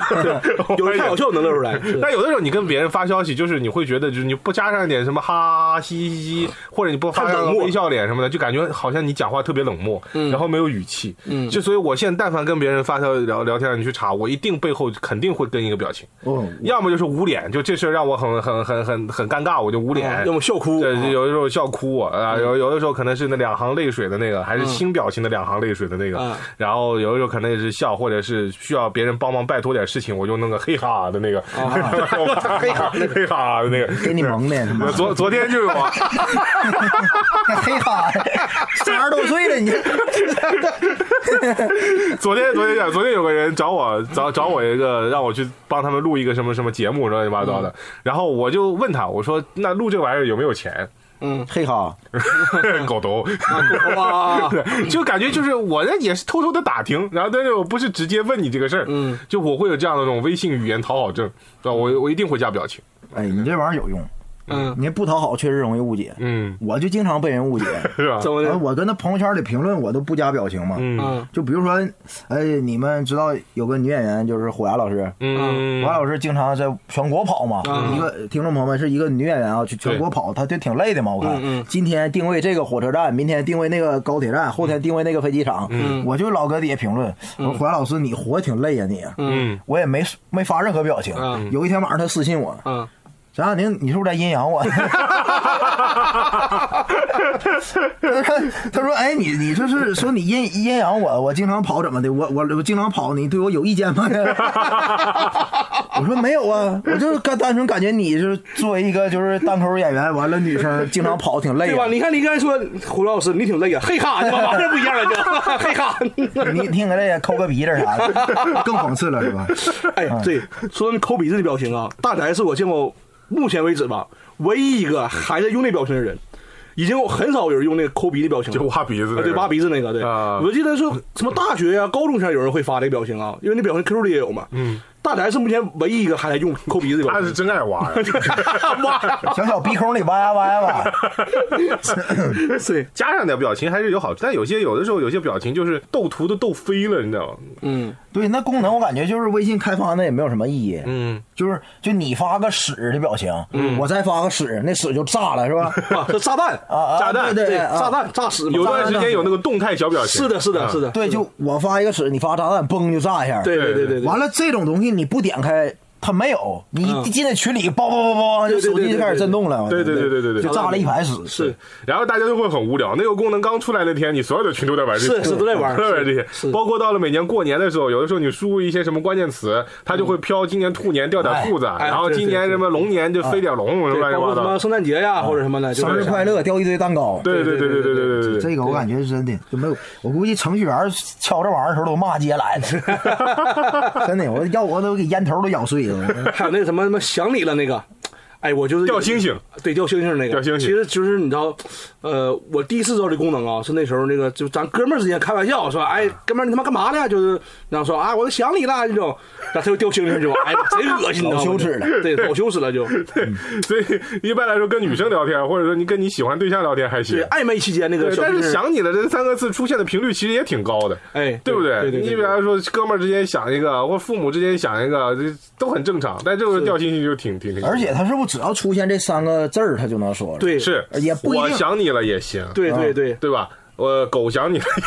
Speaker 5: 有
Speaker 1: 偶尔
Speaker 5: 的
Speaker 1: 也
Speaker 5: 看
Speaker 1: 能
Speaker 5: 好笑能乐出
Speaker 1: [laughs]
Speaker 5: 来。是
Speaker 1: 但有的时候你跟别人发消息，就是你会觉得，就是你不加上一点什么哈哈嘻嘻嘻，或者你不发
Speaker 5: 嗯太
Speaker 1: 上
Speaker 5: 冷漠
Speaker 1: 微笑脸什么的，就感觉好像你讲话特别冷漠，然后没有语气。
Speaker 5: 嗯
Speaker 1: 就所以我现在但凡跟别人发条聊聊天，你去查，我一定背后肯定会跟一个表情，
Speaker 4: 不，
Speaker 5: 嗯
Speaker 1: 要么就是捂脸，就这事儿让我很很很很很尴尬，我就捂脸
Speaker 5: 啊。要么笑哭，
Speaker 1: 对，
Speaker 5: 啊
Speaker 1: 有的时候笑哭我啊，有有的时候可能是那两行泪水的那个，还是新表情的两行泪水的那个
Speaker 5: 嗯，
Speaker 1: 然后有的时候可能也是笑，或者是需要别人帮忙拜托点事情，我就弄个嘿哈的那个，哦 [laughs] 嘿哈嘿哈的那个。 [laughs]
Speaker 4: 给你蒙的，他妈
Speaker 1: 昨昨天就有啊，
Speaker 4: [laughs] 嘿哈，三十多岁了你， [laughs]
Speaker 1: 昨天昨天有昨天有个人找我找找我一个让我去帮他们录一个什么什么节目乱七八糟的，然后我就问他我说那录这玩意儿有没有钱？
Speaker 4: 嘿哈，
Speaker 1: 狗头，[laughs]
Speaker 5: 哇，
Speaker 1: 对，就感觉就是我呢也是偷偷的打听，然后但是我不是直接问你这个事儿，
Speaker 5: 嗯，
Speaker 1: 就我会有这样的这种微信语言讨好症，啊，我我一定会加表情，
Speaker 4: 哎，你这玩意儿有用，
Speaker 5: 嗯，
Speaker 4: 你不讨好确实容易误解，
Speaker 1: 嗯，
Speaker 4: 我就经常被人
Speaker 5: [laughs]
Speaker 4: 误解。
Speaker 1: 是吧？
Speaker 5: 怎么
Speaker 4: 哎
Speaker 5: 的？
Speaker 4: 我跟他朋友圈里评论我都不加表情嘛，
Speaker 1: 嗯
Speaker 5: 嗯
Speaker 4: 就比如说，哎，你们知道有个女演员就是虎牙老师，
Speaker 1: 嗯，
Speaker 5: 啊
Speaker 4: 王老师经常在全国跑嘛，
Speaker 5: 嗯
Speaker 4: 一个听众朋友们是一个女演员啊，去全国跑，她就挺累的嘛。我看、
Speaker 5: 嗯嗯
Speaker 4: 今天定位这个火车站，明天定位那个高铁站，后天定位那个飞机场，
Speaker 5: 嗯
Speaker 4: 我就老搁底下评论，我说黄老师你活挺累呀、啊你，
Speaker 1: 嗯，
Speaker 4: 我也没没发任何表情。
Speaker 5: 嗯
Speaker 4: 有一天晚上他私信我，
Speaker 5: 嗯，
Speaker 4: 翟亚宁，你是不是在阴 [laughs] 阳我？啊他说他说，哎，你你就是说你阴阴阳我，我经常跑怎么的？我我我经常跑，你对我有意见吗？ [laughs] 我说没有啊，我就是单单纯感觉你就是作为一个就是单口演员，完了女生经常跑挺
Speaker 1: 哎
Speaker 4: 累
Speaker 5: 对
Speaker 4: 啊、
Speaker 5: 吧？你看，你刚才说胡老师，你挺累啊，嘿哈，你妈完全不一样了，就嘿哈。 [laughs]
Speaker 4: 你听个这抠个鼻子啥的，更讽刺了是吧？
Speaker 5: 哎，
Speaker 1: 嗯
Speaker 5: 对，说那抠鼻子的表情啊，大宅是我见过目前为止吧，唯一一个还在用那表情的人，已经很少有人用那个抠鼻的表情了，
Speaker 1: 就挖鼻子那个
Speaker 5: 啊对，挖鼻子那个，对，
Speaker 1: 啊
Speaker 5: 我记得是什么大学呀、高中前有人会发这个表情啊，因为那表情 QQ 里也有嘛，嗯，大宅是目前唯一一个还在用抠鼻子的表
Speaker 1: 他
Speaker 5: 情
Speaker 1: 是。真爱挖呀，
Speaker 5: 哇，
Speaker 4: 小小鼻孔里挖呀挖呀挖，
Speaker 5: 对，
Speaker 1: 加上点表情还是有好处，但有些有的时候有些表情就是斗图都斗飞了，你知道吗？
Speaker 5: 嗯，
Speaker 4: 对，那功能我感觉就是微信开发那也没有什么意义。
Speaker 1: 嗯，
Speaker 4: 就是就你发个屎的表情，
Speaker 5: 嗯
Speaker 4: 我再发个屎，那屎就炸了是
Speaker 5: [laughs]
Speaker 4: 吧？
Speaker 5: [laughs] 哇，这炸弹，
Speaker 4: 啊啊，
Speaker 1: 炸弹
Speaker 4: 对对
Speaker 5: 对，
Speaker 4: 对啊
Speaker 5: 炸弹炸死嘛
Speaker 1: 有
Speaker 5: 炸
Speaker 1: 段时间有那个动态小表情，啊
Speaker 5: 是的，是的，是
Speaker 1: 的，
Speaker 5: 的，
Speaker 4: 啊对，就我发一个屎，你发炸弹，嘣就炸一下。
Speaker 5: 嗯对，对对对对，
Speaker 4: 完了这种东西你不点开，它没有，你
Speaker 5: 嗯
Speaker 4: 一进那群里，梆梆梆梆，就
Speaker 5: 对对对
Speaker 4: 手机
Speaker 5: 对
Speaker 4: 就
Speaker 5: 对
Speaker 4: 开始震动了。
Speaker 1: 对对对对对对
Speaker 4: 就炸了一排屎。
Speaker 5: 是
Speaker 1: [laughs] 然后大家就会很无聊。那个功能刚出来那天，你所有的群都在玩这些，
Speaker 5: 是是都在玩
Speaker 1: [laughs] 都在玩这些。
Speaker 5: 是
Speaker 1: 包括到了每年过年的时候，有的时候你输入一些什么关键词，它就会飘今年兔年掉点兔子，
Speaker 5: 哎
Speaker 1: 然后今年什么龙年就飞点龙，
Speaker 5: 啊对
Speaker 1: 乱七八
Speaker 5: 包括什么
Speaker 1: 糟。
Speaker 5: 圣诞节
Speaker 1: 啊
Speaker 5: 呀或者什么的，就
Speaker 4: 生日
Speaker 5: 是
Speaker 4: 快乐，掉一堆蛋糕。
Speaker 1: 对对对对对对对对 [laughs] 对。
Speaker 4: 这个我感觉是真的就没有，我估计程序员敲这玩意儿的时候都骂街来
Speaker 5: [laughs]
Speaker 4: 了。真的，我要我都给烟头都咬碎了。
Speaker 5: 还有那什么什么想你了那个，哎，我就是
Speaker 1: 掉星星，
Speaker 5: 对，掉星星那个，
Speaker 1: 掉星星
Speaker 5: 其实就是你知道，呃，我第一次知道这功能啊，是那时候那个就咱哥们儿之间开玩笑说，哎，
Speaker 1: 啊
Speaker 5: 哥们儿你他妈干嘛呢？就是然后说啊，我都想你了这种，然后他就掉星星去吧，哎呀，贼恶心，你知道吗
Speaker 4: 老羞耻了
Speaker 5: 对，老羞耻了就。嗯
Speaker 1: 所以一般来说跟女生聊天，或者说你跟你喜欢对象聊天还行
Speaker 5: 对，。暧昧期间那个
Speaker 1: 对，
Speaker 5: 小
Speaker 1: 但
Speaker 5: 星
Speaker 1: 是
Speaker 5: 星，
Speaker 1: 想你了这三个字出现的频率其实也挺高的，
Speaker 5: 哎，
Speaker 1: 对不
Speaker 5: 对？
Speaker 1: 对？
Speaker 5: 对对，
Speaker 1: 你比方说哥们儿之间想一个，或父母之间想一个，这都很正常。但这个掉星星就挺挺，挺
Speaker 4: 而且他是不是只要出现这三个字儿，他就能说了？，
Speaker 5: 对
Speaker 1: 是
Speaker 4: 也不一定
Speaker 1: 我想你了也行，
Speaker 5: 对对对
Speaker 1: 对吧？我狗想你了也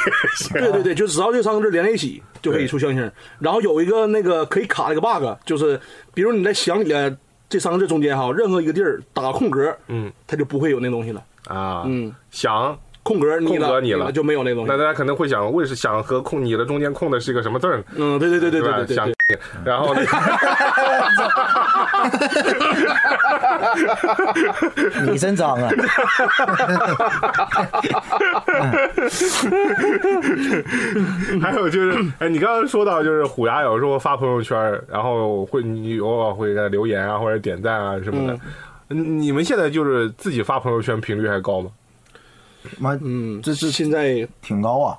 Speaker 1: 行。
Speaker 5: 对对对，就只要这三个字连在一起就可以出星星。然后有一个那个可以卡了一个 bug，就是比如你在想你了这三个字中间哈，任何一个地儿打个空格，
Speaker 1: 嗯
Speaker 5: 它就不会有那东西了。
Speaker 1: 啊，
Speaker 5: 嗯，
Speaker 1: 想，
Speaker 5: 空格你
Speaker 1: 空
Speaker 5: 了，
Speaker 1: 格你了
Speaker 5: 了就没有那东
Speaker 1: 那
Speaker 5: 西。
Speaker 1: 大家可能会想，为是想和空你的中间空的是一个什么字儿呢？
Speaker 5: 嗯，对对对对
Speaker 1: 吧
Speaker 5: 对对
Speaker 1: 想
Speaker 5: 对
Speaker 1: 你，然后那
Speaker 4: 你真脏
Speaker 5: [laughs]
Speaker 4: 啊！
Speaker 1: [laughs] 还有就是，哎，你刚刚说到就是虎牙有时候发朋友圈儿，然后会你偶尔会给他留言啊或者点赞啊什么的。嗯你们现在就是自己发朋友圈频率还高吗？
Speaker 4: 妈，
Speaker 5: 嗯，
Speaker 4: 这这
Speaker 5: 现在
Speaker 4: 挺高啊！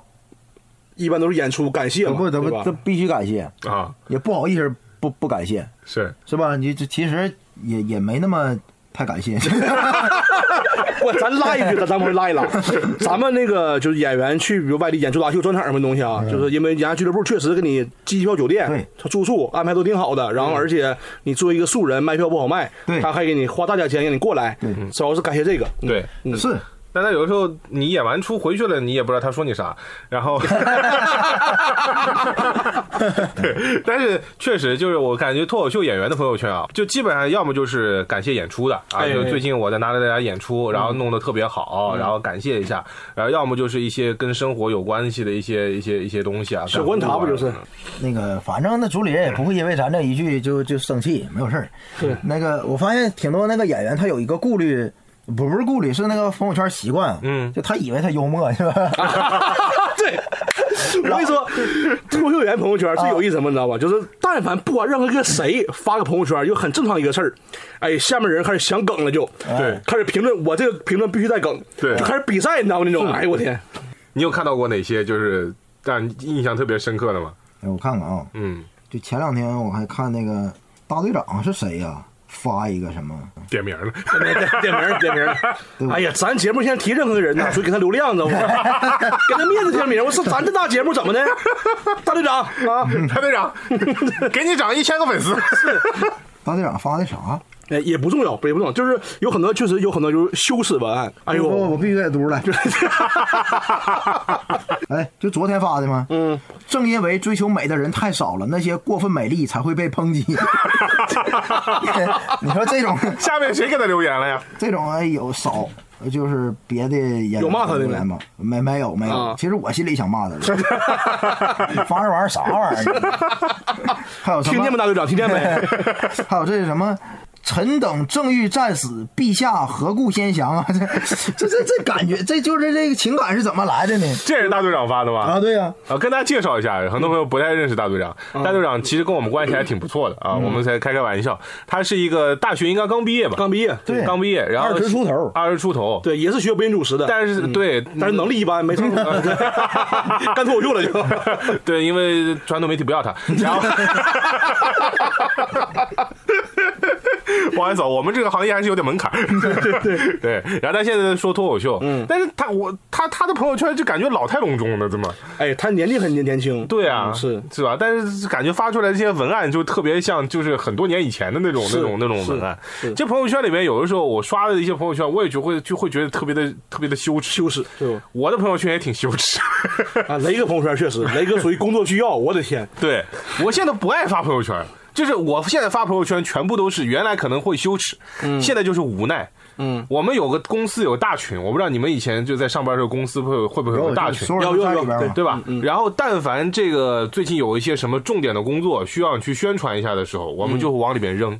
Speaker 5: 一般都是演出感谢
Speaker 4: 这
Speaker 5: 嘛，
Speaker 4: 不这
Speaker 5: 对吧
Speaker 4: 不这？必须感谢，
Speaker 1: 啊，
Speaker 4: 也不好意思不不感谢，
Speaker 1: 是
Speaker 4: 是吧？你这其实也也没那么太感谢， [laughs]
Speaker 5: [laughs] 不，咱拉一句，咱咱们拉
Speaker 4: [laughs]
Speaker 5: 一拉。咱们那个就是演员去，比如外地演出大秀专场什么东西啊，就是因为人家俱乐部确实给你机票、酒店
Speaker 4: 嗯对、
Speaker 5: 住宿安排都挺好的，然后而且你作为一个素人卖票不好卖
Speaker 4: 对，
Speaker 5: 他还给你花大价钱让你过来，主要是感谢这个。嗯
Speaker 1: 对，
Speaker 5: 嗯
Speaker 4: 是
Speaker 1: 但他有的时候你演完出回去了，你也不知道他说你
Speaker 5: [laughs]
Speaker 1: 啥，然后，对，但是确实就是我感觉脱口秀演员的朋友圈啊，就基本上要么就是感谢演出的啊，
Speaker 5: 哎
Speaker 1: 就
Speaker 5: 嗯
Speaker 1: 最近我在哪里哪里演出，然后弄得特别好，然后感谢一下，然后要么就是一些跟生活有关系的一些一些一些东西啊，
Speaker 5: 小观察不就是
Speaker 1: 干活啊
Speaker 4: 那个，反正那主理人也不会因为咱这一句就就生气，没有事儿。对，那个我发现挺多那个演员他有一个顾虑，不是顾虑，是那个朋友圈习惯，啊
Speaker 1: 嗯
Speaker 4: 就他以为他幽默是吧？
Speaker 5: [laughs] 对，我跟你说，脱口秀演员朋友圈最有意思什么，你知道吧？就是但凡不管任何一个谁发个朋友圈，就很正常一个事儿，哎，下面人开始想梗了就，
Speaker 1: 对
Speaker 5: 开始评论，我这个评论必须带梗，
Speaker 1: 对
Speaker 5: 就开始比赛，你知道吗？那种，哎呦我天，
Speaker 1: 你有看到过哪些就是让你印象特别深刻的吗？
Speaker 4: 哎我看看啊，
Speaker 1: 嗯，
Speaker 4: 就前两天我还看那个大队长是谁呀、发一个什么？
Speaker 1: 点名 [laughs] 了。
Speaker 5: 点名点名，哎呀，咱节目现在提任何人呢，所以给他流量，你 [laughs] 知道吗？给他面子点名，我说咱这大节目怎么的？大队长啊，
Speaker 1: 大队长， [laughs] 给你涨一千个粉丝。 [laughs]
Speaker 4: 大队长发的啥？
Speaker 5: 哎，也不重要，也不重要，就是有很多确实有很多就是羞耻文案，哎呦，
Speaker 4: 我我必须得读了。哎，就昨天发的吗？嗯。正因为追求美的人太少了，那些过分美丽才会被抨击。你说这种
Speaker 1: 下面谁给他留言了呀？
Speaker 4: 这种哎有少，就是别的演员
Speaker 5: 有骂他的吗
Speaker 4: 吗？没没有没有、
Speaker 5: 啊
Speaker 4: 其实我心里想骂他 [laughs] 的，发这玩意儿啥玩意儿？
Speaker 5: [laughs]
Speaker 4: 还有什么
Speaker 5: 听见没，大队长，听见没？
Speaker 4: [laughs] 还有这是什么？臣等正欲战死，陛下何故先降 [laughs] 啊？这这这这感觉，这就是这个情感是怎么来的呢？
Speaker 1: 这是大队长发的
Speaker 4: 啊，
Speaker 1: 吗？
Speaker 4: 对呀、
Speaker 1: 啊，跟大家介绍一下，很多朋友不太认识大队长。大队长其实跟我们关系还挺不错的啊，我们才开开玩笑。他是一个大学应该刚毕业吧？
Speaker 5: [laughs] 刚毕业，
Speaker 4: 对
Speaker 1: 刚毕业，然后
Speaker 4: 二十出头
Speaker 1: 二十出头。
Speaker 5: 对，也是学播音主持的，
Speaker 1: 但是嗯对， [laughs]
Speaker 5: 但是能力一般，没上过 [laughs] 干脱口秀了就。
Speaker 1: 对，因为传统媒体不要他。然后，不好意思啊，我们这个行业还是有点门槛。对对 [laughs] 对。然后他现在说脱口秀，嗯，但是他我他他的朋友圈就感觉老态龙钟了，怎么？
Speaker 5: 哎，他年纪很年年轻，
Speaker 1: 对啊，
Speaker 5: 嗯是
Speaker 1: 是吧？但是感觉发出来这些文案就特别像，就是很多年以前的那种、
Speaker 5: 是
Speaker 1: 那种、那种文案
Speaker 5: 是是。
Speaker 1: 这朋友圈里面，有的时候我刷的一些朋友圈，我也就会就会觉得特别的、特别的羞耻。
Speaker 5: 羞耻，对吧？
Speaker 1: 我的朋友圈也挺羞
Speaker 5: [laughs]
Speaker 1: 耻。
Speaker 5: 啊，雷哥朋友圈确实，雷哥属于工作需要，我的天，
Speaker 1: 对我现在不爱发朋友圈，就是我现在发朋友圈全部都是原来可能会羞耻，现在就是无奈。
Speaker 5: 嗯，
Speaker 1: 我们有个公司有个大群，我不知道你们以前就在上班的时候，公司会有会不会有个大群？
Speaker 4: 所有人都在里边
Speaker 5: 有有有
Speaker 4: 嘛。
Speaker 1: 对吧？然后，但凡这个最近有一些什么重点的工作需要你去宣传一下的时候，我们就会往里面扔。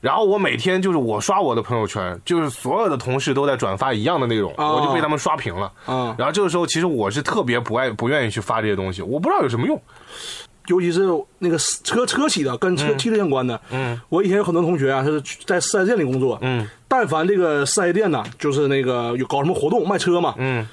Speaker 1: 然后我每天就是我刷我的朋友圈，就是所有的同事都在转发一样的内容，
Speaker 5: 哦
Speaker 1: 我就被他们刷屏了。
Speaker 5: 哦
Speaker 1: 然后这个时候，其实我是特别不爱、不愿意去发这些东西，我不知道有什么用。
Speaker 5: 尤其是那个车车企的跟车汽车相关的，嗯，我以前有很多同学啊，他是在四 S 店里工作，嗯，但凡这个四 S 店呐，就是那个有搞什么活动卖车嘛，嗯。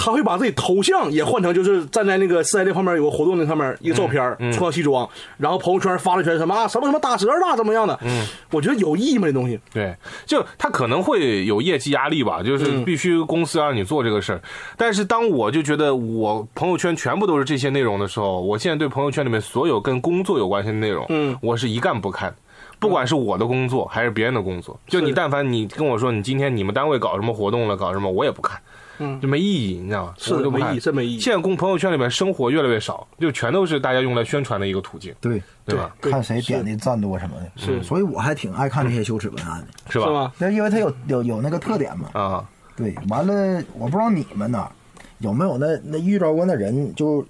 Speaker 5: 他会把自己头像也换成，就是站在那个四 S 店旁边有个活动的上面一个照片，穿上西装，然后朋友圈发了一圈什么啊什么什么打折了怎么样的，嗯，我觉得有意义吗？这东西，
Speaker 1: 对，就他可能会有业绩压力吧，
Speaker 5: 嗯
Speaker 1: 就是必须公司让你做这个事儿。但是当我就觉得我朋友圈全部都是这些内容的时候，我现在对朋友圈里面所有跟工作有关系的内容，
Speaker 5: 嗯
Speaker 1: 我是一概不看。不管是我的工作还是别人的工作，就是你但凡你跟我说你今天你们单位搞什么活动了，搞什么，我也不看，嗯，就没意义，你知道吗？
Speaker 5: 是
Speaker 1: 我就不
Speaker 5: 没
Speaker 1: 看
Speaker 5: 意义真没意义
Speaker 1: 现在公朋友圈里面生活越来越少，就全都是大家用来宣传的一个途径，
Speaker 4: 对，
Speaker 1: 对吧？
Speaker 5: 对
Speaker 4: 看谁点的赞多什么的，嗯
Speaker 5: 是
Speaker 4: 所以我还挺爱看这些羞耻文案的，
Speaker 1: 是吧？
Speaker 5: 是吗？
Speaker 4: 那因为它有有有那个特点嘛。
Speaker 1: 啊，
Speaker 4: 对，完了，我不知道你们那儿有没有那那遇着过那人，就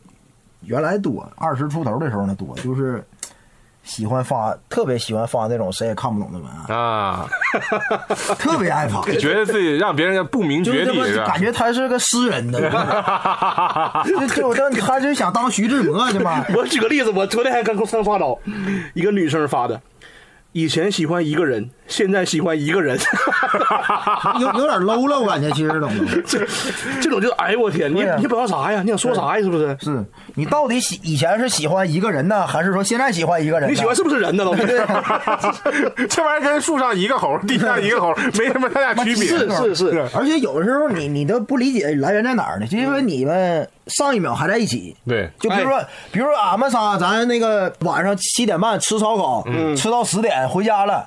Speaker 4: 原来多二十出头的时候那多，就是喜欢发，特别喜欢发那种谁也看不懂的
Speaker 1: [laughs]
Speaker 4: 文案，
Speaker 1: 啊，
Speaker 4: 特别爱发，
Speaker 1: [laughs] 觉得自己让别人不明
Speaker 4: 就
Speaker 1: 觉
Speaker 4: 是这
Speaker 1: 厉
Speaker 4: 么
Speaker 1: 是啊吧？
Speaker 4: 感觉他是个诗人的，就就但他就想当徐志摩去嘛，
Speaker 5: 我举个例子，我昨天还刚刚发到一个女生发的，以前喜欢一个人，现在喜欢一个人， [laughs]
Speaker 4: 有有点 low 了，我感觉其实懂吗？
Speaker 5: 这 [laughs] 这种就是哎呦我天，你
Speaker 4: 对呀
Speaker 5: 你表达啥呀？你想说啥呀？是不是？
Speaker 4: [laughs] 是你到底喜以前是喜欢一个人呢，还是说现在喜欢一个人呢？
Speaker 5: 你喜欢是不是人呢？老弟，
Speaker 1: [laughs]
Speaker 5: [laughs]
Speaker 1: 这玩意儿跟树上一个猴，地下一个
Speaker 4: [laughs]
Speaker 1: 猴，没什么太大区别。
Speaker 5: 是是是，
Speaker 4: 而且有的时候你你都不理解来源在哪儿呢，就因为你们上一秒还在一起。
Speaker 1: 对
Speaker 4: 就比如说，
Speaker 5: 哎
Speaker 4: 比如说俺们仨，咱那个晚上七点半吃烧烤，
Speaker 1: 嗯
Speaker 4: 吃到十点回家了。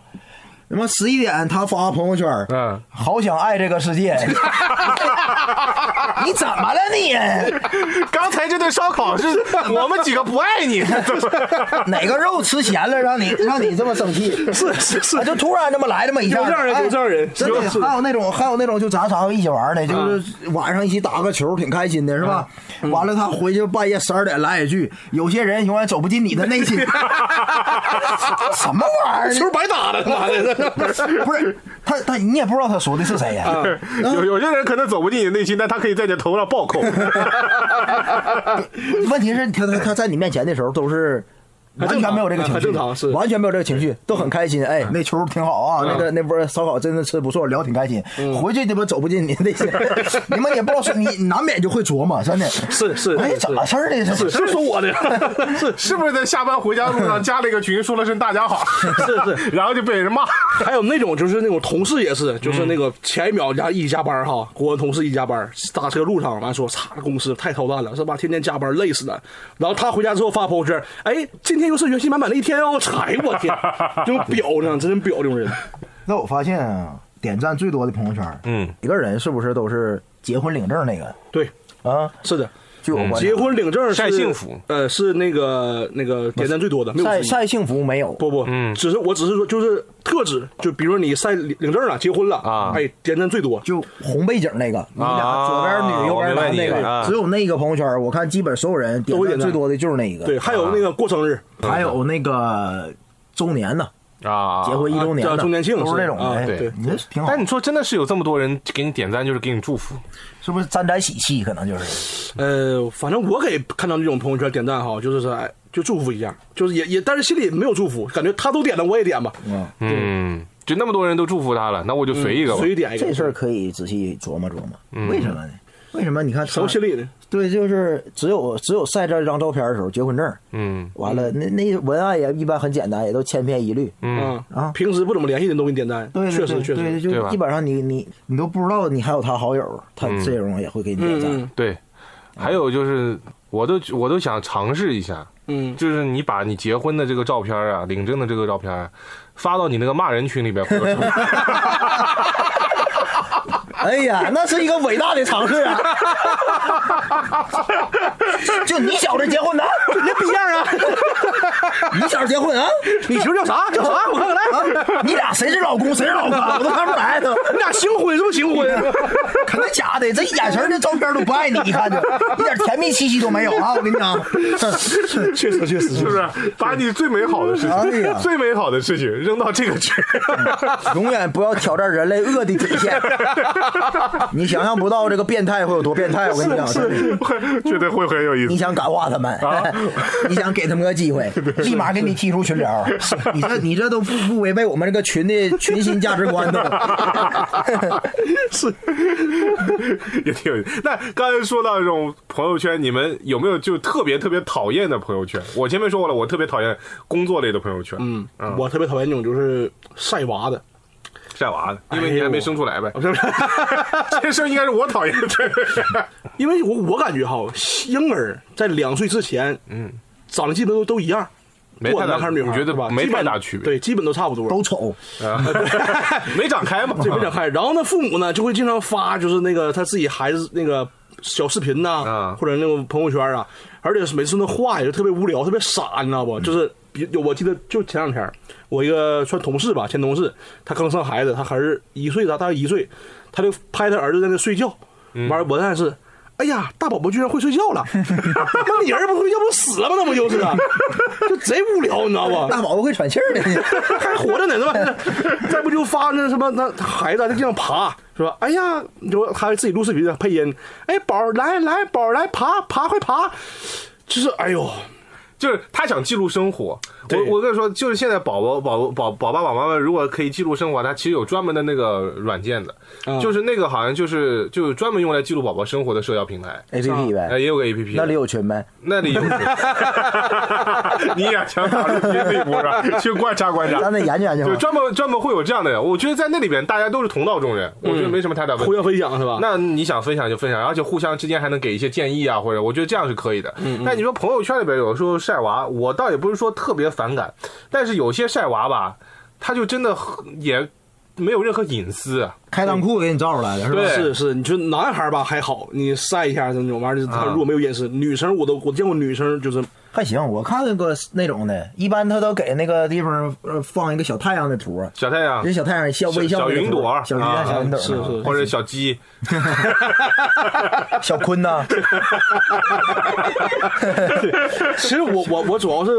Speaker 4: 他妈十一点，他发朋友圈，
Speaker 1: 嗯，
Speaker 4: 好想爱这个
Speaker 1: [laughs]
Speaker 4: 世界，你怎么了你？
Speaker 1: 刚才这顿烧烤是我们几个不爱
Speaker 4: [laughs]
Speaker 1: 你，怎么
Speaker 4: 哪个肉吃咸了，让你让你这么生气？
Speaker 5: [laughs] 是是是
Speaker 4: 啊，，就突然这么来这么一下，
Speaker 5: 有这样人
Speaker 4: 哎
Speaker 5: 有这样人
Speaker 4: 真
Speaker 5: 有
Speaker 4: 的
Speaker 5: 是啊
Speaker 4: 还有那种还有那种就咱仨一起玩的，就是晚上一起打个球，挺开心的，是吧？
Speaker 5: 嗯
Speaker 4: 完了他回去半夜十二点来一句，有些人永远走不进你的内
Speaker 5: [laughs]
Speaker 4: 心，什么玩意
Speaker 5: 球
Speaker 4: 儿？
Speaker 5: 白打了，他妈的！ [laughs]
Speaker 4: 不是他他你也不知道他说的是谁呀、
Speaker 5: 啊
Speaker 1: 有有些人可能走不进你内心，但他可以在你头上暴
Speaker 4: [laughs]
Speaker 1: 扣。
Speaker 4: 问题是他他他在你面前的时候都是。
Speaker 5: 很
Speaker 4: 完
Speaker 5: 正常
Speaker 4: 全没有这个情绪，
Speaker 5: 很正常是
Speaker 4: 完全没有这个情绪，都很开心。哎，那球挺好啊，那个那波烧烤真的吃得不错，聊挺开心。
Speaker 5: 嗯
Speaker 4: 回去他妈走不进你那
Speaker 5: [laughs]
Speaker 4: 些，你们也不知道说你你难免就会琢磨，真的
Speaker 5: 是是
Speaker 4: 哎，
Speaker 5: 是
Speaker 4: 怎么事儿呢？
Speaker 5: 是
Speaker 4: 这
Speaker 5: 是说我的， [laughs] 是
Speaker 1: 是不是在下班回家路上加了一个群，说了声大家好，
Speaker 5: 是是，
Speaker 1: [laughs] 然后就被人骂？
Speaker 5: 还有那种就是那种同事也是，就是那个前一秒加一起加班哈，国安同事一起加班，打车路上完说，操，公司太操蛋了，是吧？天天加班累死了。然后他回家之后发朋友圈，哎，今天又是元气满满的一天哦，才我天，这种表呢，真表这种人，
Speaker 4: [laughs] 那我发现啊，点赞最多的朋友圈，
Speaker 1: 嗯，
Speaker 4: 一个人是不是都是结婚领证那个
Speaker 5: 对，
Speaker 4: 啊？
Speaker 5: 是的。
Speaker 4: 据我观察，
Speaker 5: 结婚领证是
Speaker 1: 晒幸福，
Speaker 5: 呃，是那个那个点赞最多的，没有
Speaker 4: 晒
Speaker 5: 之一
Speaker 4: 晒幸福没有？
Speaker 5: 不不，
Speaker 1: 嗯
Speaker 5: 只是我只是说就是特指，就比如你晒领领证了，结婚了
Speaker 1: 啊
Speaker 5: 哎，点赞最多，
Speaker 4: 就红背景那个，你俩左边女右
Speaker 1: 我
Speaker 4: 边男那
Speaker 1: 明白你
Speaker 4: 个
Speaker 1: 啊，
Speaker 4: 只有那个朋友圈，我看基本所有人点
Speaker 5: 都点
Speaker 4: 赞最
Speaker 5: 赞
Speaker 4: 多的就是那一个。
Speaker 1: 啊
Speaker 5: 对，，还有那个过生日，
Speaker 4: 还有那个周年呢，
Speaker 1: 啊
Speaker 4: 结婚一周年
Speaker 5: 啊
Speaker 4: 的
Speaker 5: 周年庆
Speaker 4: 都是
Speaker 5: 是
Speaker 4: 这种的。
Speaker 5: 啊
Speaker 4: 哎
Speaker 5: 对
Speaker 4: 你这挺好
Speaker 1: 但，你说真的是有这么多人给你点赞，就是给你祝福，
Speaker 4: 是不是沾沾喜气？可能就是
Speaker 5: 呃，反正我给看到这种朋友圈点赞哈，就是说，哎，就祝福一下，就是也也，但是心里没有祝福，感觉他都点了，我也点吧，
Speaker 1: 嗯，就那么多人都祝福他了，那我就
Speaker 4: 嗯
Speaker 1: 随一个吧
Speaker 5: 随。意点一个。
Speaker 4: 这事儿可以仔细琢磨琢磨，为什么呢？为什么你看
Speaker 5: 什
Speaker 4: 他
Speaker 5: 么心理呢？
Speaker 4: 对，就是只有只有晒这张照片的时候，结婚证，
Speaker 1: 嗯，
Speaker 4: 完了那那文案也一般很简单，也都千篇一律。
Speaker 5: 嗯
Speaker 4: 啊
Speaker 5: 平时不怎么联系的人都给你点赞，
Speaker 4: 对，
Speaker 5: 确
Speaker 4: 对
Speaker 5: 实
Speaker 4: 对
Speaker 5: 确
Speaker 4: 对，
Speaker 5: 实，
Speaker 1: 对
Speaker 4: 就
Speaker 1: 吧
Speaker 4: 基本上你你你都不知道你还有他好友，他这种也会给你点
Speaker 5: 嗯
Speaker 4: 赞。
Speaker 1: 对，还有就是，我都我都想尝试一下，
Speaker 5: 嗯
Speaker 1: 就是你把你结婚的这个照片啊，领证的这个照片、啊，发到你那个骂人群里边，或者 [laughs] 说
Speaker 4: 哎呀，那是一个伟大的尝试
Speaker 5: [laughs]
Speaker 4: 啊！就你小子结婚呢？
Speaker 5: 那逼样
Speaker 4: [laughs]
Speaker 5: 啊！
Speaker 4: 你小子结婚啊？
Speaker 5: 你媳妇叫啥？
Speaker 4: [laughs]
Speaker 5: 叫啥？我看看来，
Speaker 4: 啊，你俩谁是老公谁是老婆，我都看不出来
Speaker 5: [laughs]
Speaker 4: 都。
Speaker 5: 你俩新婚是不是新婚？啊
Speaker 4: [laughs] 可能假的，这眼神儿这照片都不爱你，一看就一点甜蜜气息都没有啊！我跟你讲，
Speaker 5: [laughs] 确实确实，
Speaker 1: 是
Speaker 5: 是
Speaker 1: 不是把你最美好的事
Speaker 4: 哎呀
Speaker 1: 情、最美好的事情扔到这个群？ [laughs]
Speaker 4: 永远不要挑战人类恶的底线。你想象不到这个变态会有多变态，我跟你讲，真的
Speaker 1: 会 [laughs] 觉得会很有意
Speaker 4: 你
Speaker 1: 思。 [laughs]
Speaker 4: 想感化他们，
Speaker 1: 啊
Speaker 4: [laughs] 你想给他们个机会，立马给你踢出群聊。你这你这都不不违背我们这个群的群心价值观
Speaker 1: [laughs]
Speaker 4: 的。
Speaker 5: 是
Speaker 1: 也挺有意思。那刚才说到这种朋友圈，你们有没有就特别特别讨厌的朋友圈？我前面说过了，我特别讨厌工作类的朋友圈，嗯，
Speaker 5: 我特别讨厌那种就是晒娃的，
Speaker 1: 晒娃的，因为你还没生出来 [laughs] 呗。
Speaker 5: 不是不是，
Speaker 1: 这事儿应该是我讨厌 [laughs] 的。
Speaker 5: 因为我我感觉哈，婴儿在两岁之前，嗯，长得基本都都一样，
Speaker 1: 没
Speaker 5: 不
Speaker 1: 太
Speaker 5: 管
Speaker 1: 大
Speaker 5: 男孩儿女孩儿，
Speaker 1: 我觉得
Speaker 5: 对吧？
Speaker 1: 没
Speaker 5: 基本
Speaker 1: 太大区别
Speaker 5: 对，基本都差不多，
Speaker 4: 都丑，
Speaker 1: 没长开嘛，
Speaker 5: 这没展开。然后呢，父母呢就会经常发，就是那个他自己孩子那个小视频呐、
Speaker 1: 啊
Speaker 5: 或者那种朋友圈啊，而且每次那话也是特别无聊，特别傻，你知道不？就是比有我记得就前两天，我一个算同事吧，前同事，他刚生孩子，他还是一岁大，大概一岁，他就拍他儿子在那睡觉，完了我那是。哎呀，大宝宝居然会睡觉了！那你儿子不会要不死了吗？那不就是啊， [laughs] 就贼无聊，你知道吧？
Speaker 4: 大宝宝会喘气
Speaker 1: [laughs]
Speaker 4: 儿的。
Speaker 5: [laughs] 还活着呢，是吧？再不就发那什么，那孩子在地上爬，是吧？哎呀，你说他自己录视频配音，哎，宝儿来来，宝儿来爬爬，快爬！就是哎呦，
Speaker 1: 就是他想记录生活。
Speaker 5: 对
Speaker 1: 我我跟你说，就是现在宝宝宝宝宝爸宝妈们如果可以记录生活，它其实有专门的那个软件的，就是那个好像就是就是专门用来记录宝宝生活的社交平台。
Speaker 4: A P P
Speaker 1: 哎，
Speaker 4: 呗，
Speaker 1: 也有个 A P P，
Speaker 4: 那里有群呗。
Speaker 1: 那里有，你也想打入别的一波上去观察观察，
Speaker 4: 咱得研究研究
Speaker 1: 对，专门专门会有这样的人。我觉得在那里边大家都是同道中人，我觉得没什么太大问
Speaker 5: 互相
Speaker 1: 题。
Speaker 5: 分享啊是吧？
Speaker 1: 那你想分享就分享，而且互相之间还能给一些建议啊，或者我觉得这样是可以的。
Speaker 5: 嗯
Speaker 1: 但你说朋友圈里边有时候晒娃，我倒也不是说特别反感，但是有些晒娃吧，他就真的很也没有任何隐私啊。
Speaker 4: 开裆裤给你照出来了是吧？
Speaker 1: 对
Speaker 5: 是是，你说男孩儿吧还好，你晒一下这种玩意儿，他如果没有隐私，女生我都我见过女生就是
Speaker 4: 还行，我看过那种的，一般他都给那个地方呃放一个小太阳的图，
Speaker 1: 小太阳
Speaker 4: 人小太阳笑微笑
Speaker 1: 啊小
Speaker 4: 的图
Speaker 1: 云朵
Speaker 4: 小云
Speaker 1: 啊
Speaker 4: 小云朵，
Speaker 5: 是是
Speaker 1: 或者小鸡，
Speaker 4: 啊小坤呐，
Speaker 5: [laughs] 其实我我我主要是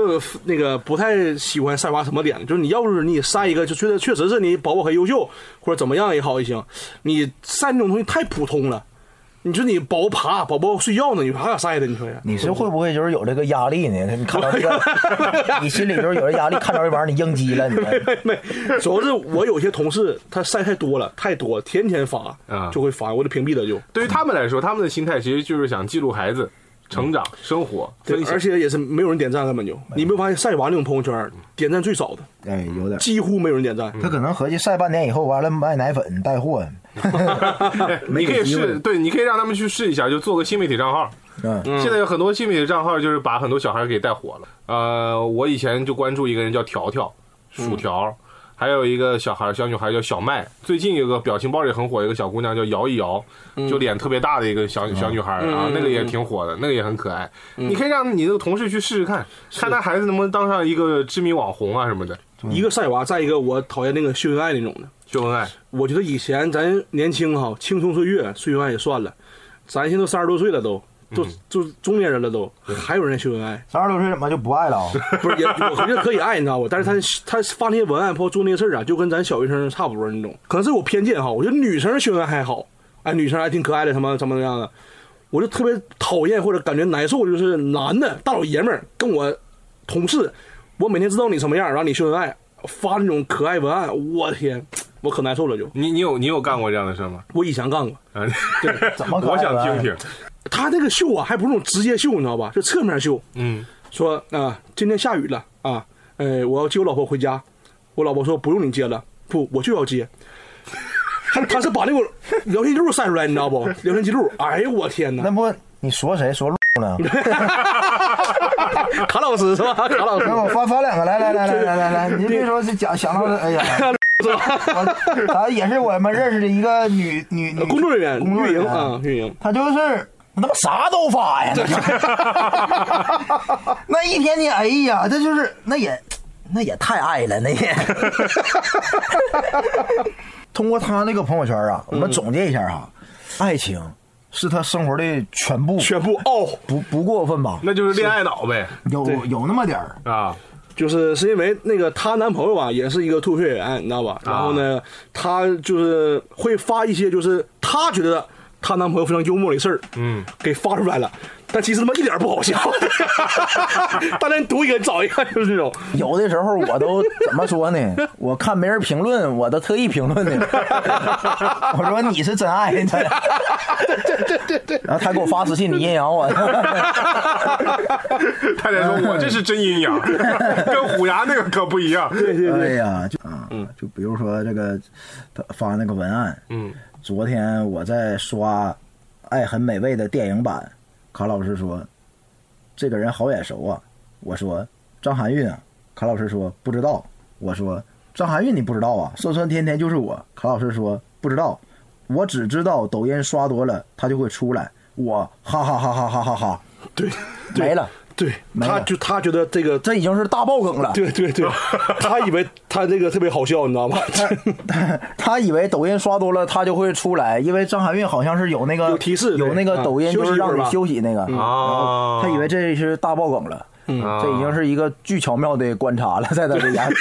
Speaker 5: 那个不太喜欢晒娃什么点，就是你要是你晒一个，就觉得确实是你宝宝很优秀或者怎么样也好也行，你晒那种东西太普通了。你说你宝宝爬，宝宝睡觉呢，你还咋晒的？你说呀？
Speaker 4: 你是会不会就是有这个压力呢？你看到这个，你心里就是有这压力，看到这玩意儿你应激了，你
Speaker 5: 没没，主要是我有些同事他晒太多了，太多，天天发
Speaker 1: 啊
Speaker 5: 就会发，我就屏蔽了就。
Speaker 1: 对于他们来说，他们的心态其实就是想记录孩子成长、生活、
Speaker 5: 对
Speaker 1: 分，享
Speaker 5: 而。且也是没有人点赞，根本就你有没有发现晒娃那种朋友圈点赞最少的，
Speaker 4: [laughs] 哎，有点。
Speaker 5: 几乎没有人点赞。
Speaker 4: 他可能合计晒半年以后，完了卖奶粉带货，
Speaker 1: 你可
Speaker 4: 给
Speaker 1: 以
Speaker 4: 机会
Speaker 1: 试，对，你可以让他们去试一下，就做个新媒体账号。
Speaker 4: 嗯，
Speaker 1: 现在有很多新媒体账号就是把很多小孩给带火了。呃，我以前就关注一个人叫条条，薯条，还有一个小孩小女孩叫小麦。最近有个表情包也很火，有个小姑娘叫摇一摇，就脸特别大的一个小小女孩啊，那个也挺火的，那个也很可爱。你可以让你的同事去试试看，看他孩子能不能当上一个知名网红啊什么的。
Speaker 5: 一个晒娃，再一个我讨厌那个秀恩爱那种的。
Speaker 1: 秀恩爱，
Speaker 5: 我觉得以前咱年轻哈，青葱岁月，秀恩爱也算了，咱现在都三十多岁了都，都就中年人了都，还有人秀恩爱， [laughs]
Speaker 4: 三十多岁怎么就不爱了啊？
Speaker 5: 不是也我觉得可以爱，你知道吧？但是他他发那些文案，包括做那些事儿啊，就跟咱小学生差不多那种。可能是我偏见哈，我觉得女生秀恩爱还好，哎，女生还挺可爱的，什么什么样的。我就特别讨厌或者感觉难受，就是男的大老爷们儿跟我同事，我每天知道你什么样，然后你秀恩爱，发那种可爱文案，我天，我可难受了就。
Speaker 1: 你你有你有干过这样的事吗？
Speaker 5: 我以前干过。
Speaker 1: 啊，
Speaker 4: 怎么可爱
Speaker 1: [laughs] 我想
Speaker 4: 了
Speaker 1: 听听。
Speaker 5: 他那个秀啊，还不是那种直接秀，你知道吧？就侧面秀，
Speaker 1: [laughs] 嗯，
Speaker 5: 说啊、今天下雨了啊，呃，我要接我老婆回家。我老婆说不用你接了，不，我就要接。 [laughs] 他他是把那个聊天记录晒出来，你知道不？聊天记录，哎呦我天哪
Speaker 4: 那！不你说谁说路呢？
Speaker 5: [laughs] 卡老师是吧？卡老师
Speaker 4: 让我翻翻两个，来来来来来来来，您别说是讲想到的，哎呀，
Speaker 5: 是吧？
Speaker 4: 我咱也是我们认识的一个女女女
Speaker 5: 工作人员，
Speaker 4: 工作
Speaker 5: 运
Speaker 4: 人
Speaker 5: 营
Speaker 4: 员
Speaker 5: 啊，运营。
Speaker 4: 他就是他妈啥都发呀， [laughs] 那一天你哎呀，这就是那也那也太爱了，那也。 [laughs] 通过他那个朋友圈啊，我们总结一下哈，爱情是他生活的全部，
Speaker 5: 全部哦，
Speaker 4: 不不过分吧？
Speaker 1: 那就是恋爱脑呗
Speaker 4: 有有那么点儿，
Speaker 1: 啊！
Speaker 5: 就是是因为那个她男朋友啊，也是一个吐血员，你知道吧？然后呢，她就是会发一些就是她她觉得她男朋友非常幽默的事儿，
Speaker 1: 嗯，
Speaker 5: 给发出来了，但其实他妈一点儿不好笑。大家读一个找一个，就是这种。
Speaker 4: [laughs] 有的时候我都怎么说呢？我看没人评论，我都特意评论的。 [laughs] 我说你是真爱呢， [laughs] 然后他给我发私信，你啊阴阳 [laughs] 我。
Speaker 1: 太太说：“我这是真阴阳， [laughs] 跟虎牙那个可不一样。”对对，
Speaker 4: 哎呀，就啊，就比如说这个他发那个文案，
Speaker 1: 嗯，
Speaker 4: 昨天我在刷《爱很美味》的电影版，卡老师说这个人好眼熟啊，我说张含韵啊，卡老师说不知道，我说张含韵你不知道啊，酸酸甜甜就是我，卡老师说不知道，我只知道抖音刷多了它就会出来，我哈哈哈哈哈哈哈，
Speaker 5: 对，对
Speaker 4: 没了，
Speaker 5: 对，
Speaker 4: 没
Speaker 5: 他
Speaker 4: 了
Speaker 5: 就他觉得这个，
Speaker 4: 这已经是大爆梗了。
Speaker 5: 对对对，他以为他这个特别好笑，你知
Speaker 4: [laughs]
Speaker 5: 道吗？
Speaker 4: 他以为抖音刷多了，他就会出来，因为张含韵好像是有那个
Speaker 5: 有提示对
Speaker 4: 有那个抖音
Speaker 5: 啊
Speaker 4: 就是让你
Speaker 5: 休
Speaker 4: 休息那个，
Speaker 5: 嗯
Speaker 1: 哦
Speaker 4: 他以为这是大爆梗了，这已经是一个巨巧妙的观察了，在他这眼里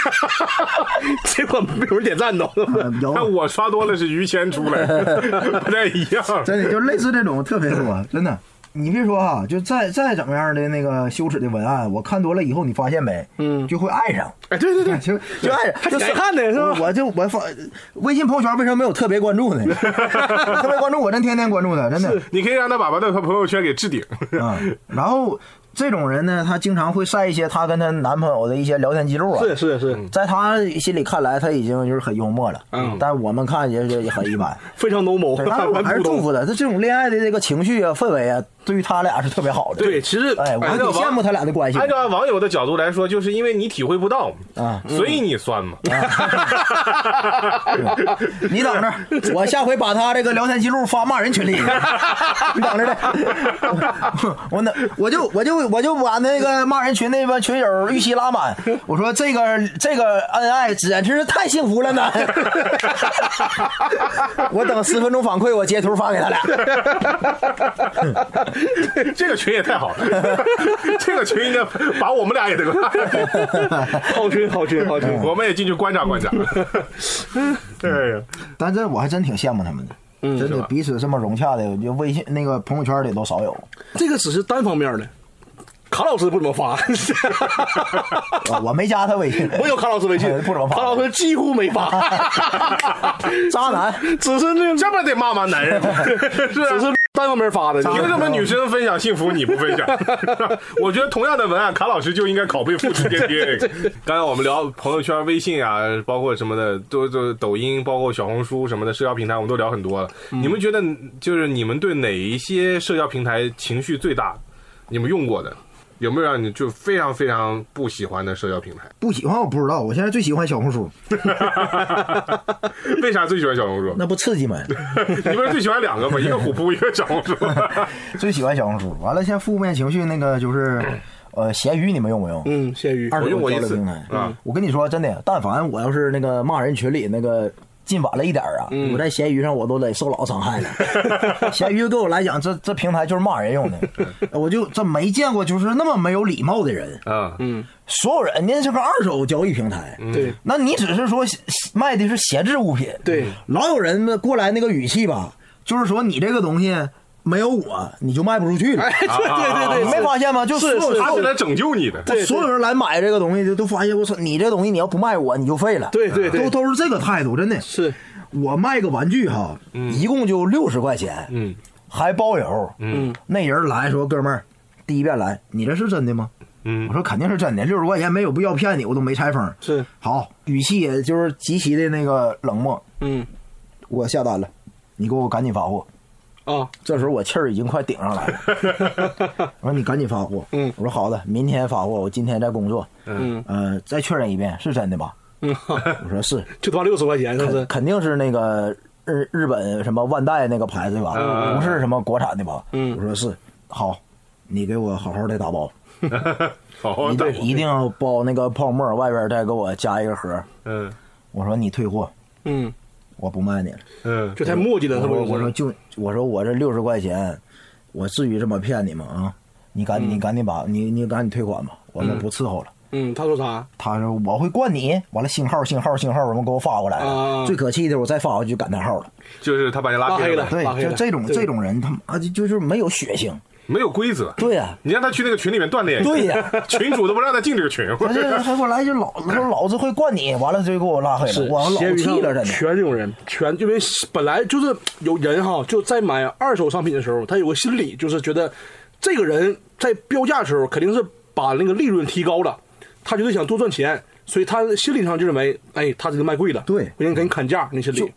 Speaker 5: 结果没有人点
Speaker 4: [laughs]
Speaker 5: 赞都。
Speaker 4: 呃
Speaker 1: 但
Speaker 4: 有
Speaker 1: 我刷多了是于谦出来， [laughs] 不太一样。
Speaker 4: 真的就类似这种特别多，真的。你别说哈、就再再怎么样的那个羞耻的文案，我看多了以后，你发现没，嗯，就会爱上，
Speaker 5: 哎，对对对，
Speaker 4: [laughs] 就就爱
Speaker 5: 还
Speaker 4: 上，就
Speaker 5: 挺爱看的是吧
Speaker 4: 我我就我发微信朋友圈为什么没有特别关注
Speaker 5: [laughs]
Speaker 4: 呢？特别关注我真天天关注他，真的。
Speaker 1: 你可以让他把他的朋友圈给置顶。
Speaker 4: 啊，然后这种人呢，她经常会晒一些她跟她男朋友的一些聊天记录啊。
Speaker 5: 是是是，
Speaker 4: 在她心里看来，她已经就是很幽默了，嗯，但我们看也也也很一 [laughs] 般。
Speaker 5: 非常 normal，
Speaker 4: 对，但是我还
Speaker 5: 蛮
Speaker 4: 是
Speaker 5: 普
Speaker 4: 祝
Speaker 5: 通。
Speaker 4: 福她，她这种恋爱的这个情绪啊、氛围啊，对于她俩是特别好的。
Speaker 5: 对，，其实
Speaker 4: 哎，我还
Speaker 1: 按
Speaker 4: 挺
Speaker 1: 照
Speaker 4: 羡
Speaker 1: 网
Speaker 4: 慕他俩的关系的。
Speaker 1: [laughs] 按照网友的角度来说，就是因为你体会不到
Speaker 4: 啊，
Speaker 1: 所以你酸嘛。 [laughs]
Speaker 4: [laughs] 你等着，我下回把他这个聊天记录发骂人群里。 [laughs] 你等着来，我我那我就我就我就把那个骂人群那边群友预期拉满。我说这个这个恩爱简直是太幸福了呢。 [laughs] 我等十分钟反馈，我截图发给他俩。
Speaker 1: 这个群也太好了， [laughs] 这个群应该把我们俩也得拉进去，
Speaker 5: 好群好群好群，
Speaker 1: 我们也进去观察观察。对呀，
Speaker 4: 但这我还真挺羡慕他们的。
Speaker 5: 嗯
Speaker 4: 真的彼此这么融洽的，我觉得微信那个朋友圈里都少有。
Speaker 5: [laughs] 这个只是单方面的。卡老师不怎
Speaker 4: [laughs]
Speaker 5: 么发，
Speaker 4: 啊我没加他微信，
Speaker 5: 我有卡老师微信
Speaker 4: 哎，不怎么发
Speaker 5: 卡老师几乎没发，
Speaker 4: [laughs] 渣男。
Speaker 5: 只是那
Speaker 1: 这么得骂吗？男人是
Speaker 5: 只
Speaker 1: 啊。
Speaker 5: 是单方面发的。
Speaker 1: 凭什么女生分享幸福你不分享？ [laughs] [laughs] 我觉得同样的文案，卡老师就应该拷贝复制粘贴。刚才我们聊朋友圈、微信啊，包括什么的，都都抖音，包括小红书什么的社交平台，我们都聊很多了。你们觉得就是你们对哪一些社交平台情绪最大？你们用过的有没有让你就非常非常不喜欢的社交平台？
Speaker 4: 不喜欢我不知道，我现在最喜欢小红书，
Speaker 1: 为啥最喜欢小红书？
Speaker 4: 那不刺激吗？
Speaker 1: 你不是最喜欢两个吗？一个虎扑，一个小红书。 [laughs]
Speaker 4: 最喜欢小红书。完了，现在负面情绪那个就是，呃，闲鱼你们用不用？
Speaker 5: 嗯，咸鱼，
Speaker 4: 二
Speaker 1: 我
Speaker 4: 手
Speaker 1: 用过
Speaker 4: 交
Speaker 1: 一
Speaker 4: 流
Speaker 1: 次
Speaker 4: 平台
Speaker 1: 啊。
Speaker 4: 我跟你说真的，但凡我要是那个骂人群里那个。进晚了一点儿啊，
Speaker 1: 嗯
Speaker 4: 我在闲鱼上我都得受老伤害了。 [laughs] 闲鱼对我来讲，这这平台就是骂人用的，我就这没见过就是那么没有礼貌的人。
Speaker 1: 啊，
Speaker 4: 所有人人家是个二手交易平台，
Speaker 1: 嗯
Speaker 5: 对
Speaker 4: 那你只是说卖的是闲置物品，
Speaker 5: 对
Speaker 4: 老有人们过来那个语气吧，就是说你这个东西没有我你就卖不出去了，啊
Speaker 5: 哎，对对对对，
Speaker 4: 你没发现吗？就是所有
Speaker 5: 是
Speaker 1: 他
Speaker 4: 所
Speaker 1: 是
Speaker 4: 有
Speaker 1: 来拯救你的。
Speaker 5: 对对
Speaker 4: 所有人来买这个东西就都发现，我操，你这东西你要不卖我你就废了，
Speaker 5: 对对对
Speaker 4: 都都是这个态度，真的
Speaker 5: 是嗯
Speaker 4: 我卖个玩具哈，一共就六十块钱，
Speaker 1: 嗯，
Speaker 4: 还包邮，嗯，那人来说，哥们儿，第一遍来，你这是真的吗？
Speaker 1: 嗯
Speaker 4: 我说肯定是真的，六十块钱没有必要骗你，我都没拆封。
Speaker 5: 是，
Speaker 4: 好，语气也就是极其的那个冷漠。
Speaker 5: 嗯
Speaker 4: 我下单了，你给我赶紧发货。
Speaker 5: 啊，
Speaker 4: 这时候我气儿已经快顶上来了，我说你赶紧发货。
Speaker 5: 嗯
Speaker 4: 我说好的，明天发货，我今天在工作。
Speaker 5: 嗯
Speaker 4: 呃，再确认一遍是真的吧？
Speaker 5: 嗯，
Speaker 4: 我说是，
Speaker 5: 就他妈六十块钱，是不
Speaker 4: 肯
Speaker 5: 是？
Speaker 4: 肯定是那个日日本什么万代那个牌子吧，
Speaker 1: 嗯
Speaker 4: 不是什么国产的吧？
Speaker 5: 嗯
Speaker 4: 我说是，好，你给我好好的打包，
Speaker 1: [laughs] 好啊好
Speaker 4: 一
Speaker 1: 打
Speaker 4: 定。一定要包那个泡沫，外边再给我加一个盒。
Speaker 1: 嗯
Speaker 4: 我说你退货，
Speaker 5: 嗯，
Speaker 4: 我不卖你了。
Speaker 1: 嗯
Speaker 5: 就太墨迹了，
Speaker 4: 我说
Speaker 5: 是不是？
Speaker 4: 我说就我说我这六十块钱，我至于这么骗你吗？啊，你赶你赶紧把你你赶紧退款吧，我们不伺候了。
Speaker 5: 嗯，他说啥？
Speaker 4: 他说我会惯你，完了信号信号信号，然后给我发过来
Speaker 5: 啊
Speaker 4: 了。最可气的，我再发回去就感叹号了。
Speaker 1: 就是他把你拉
Speaker 5: 拉
Speaker 1: 黑
Speaker 5: 黑了
Speaker 4: 对
Speaker 5: 发黑，
Speaker 4: 就这种
Speaker 5: 对
Speaker 4: 这种人，他妈就就是没有血性。
Speaker 1: 没有规则。
Speaker 4: 对
Speaker 5: [laughs]
Speaker 4: 呀，
Speaker 1: 你让他去那个群里面锻炼一下，[laughs]
Speaker 4: 对呀
Speaker 1: 群主都不让他进这个群。
Speaker 4: 他这他给我来一句老说老子会惯你，完了就给我拉黑了，我老
Speaker 5: 闲鱼上
Speaker 4: 气了，真的。
Speaker 5: 全这种人，全因为本来就是有人哈，就在买二手商品的时候，他有个心理，就是觉得这个人在标价的时候肯定是把那个利润提高了，他觉得想多赚钱，所以他心理上就认为，哎，他这个卖贵了，
Speaker 4: 对
Speaker 5: 我先给你砍价，你心里，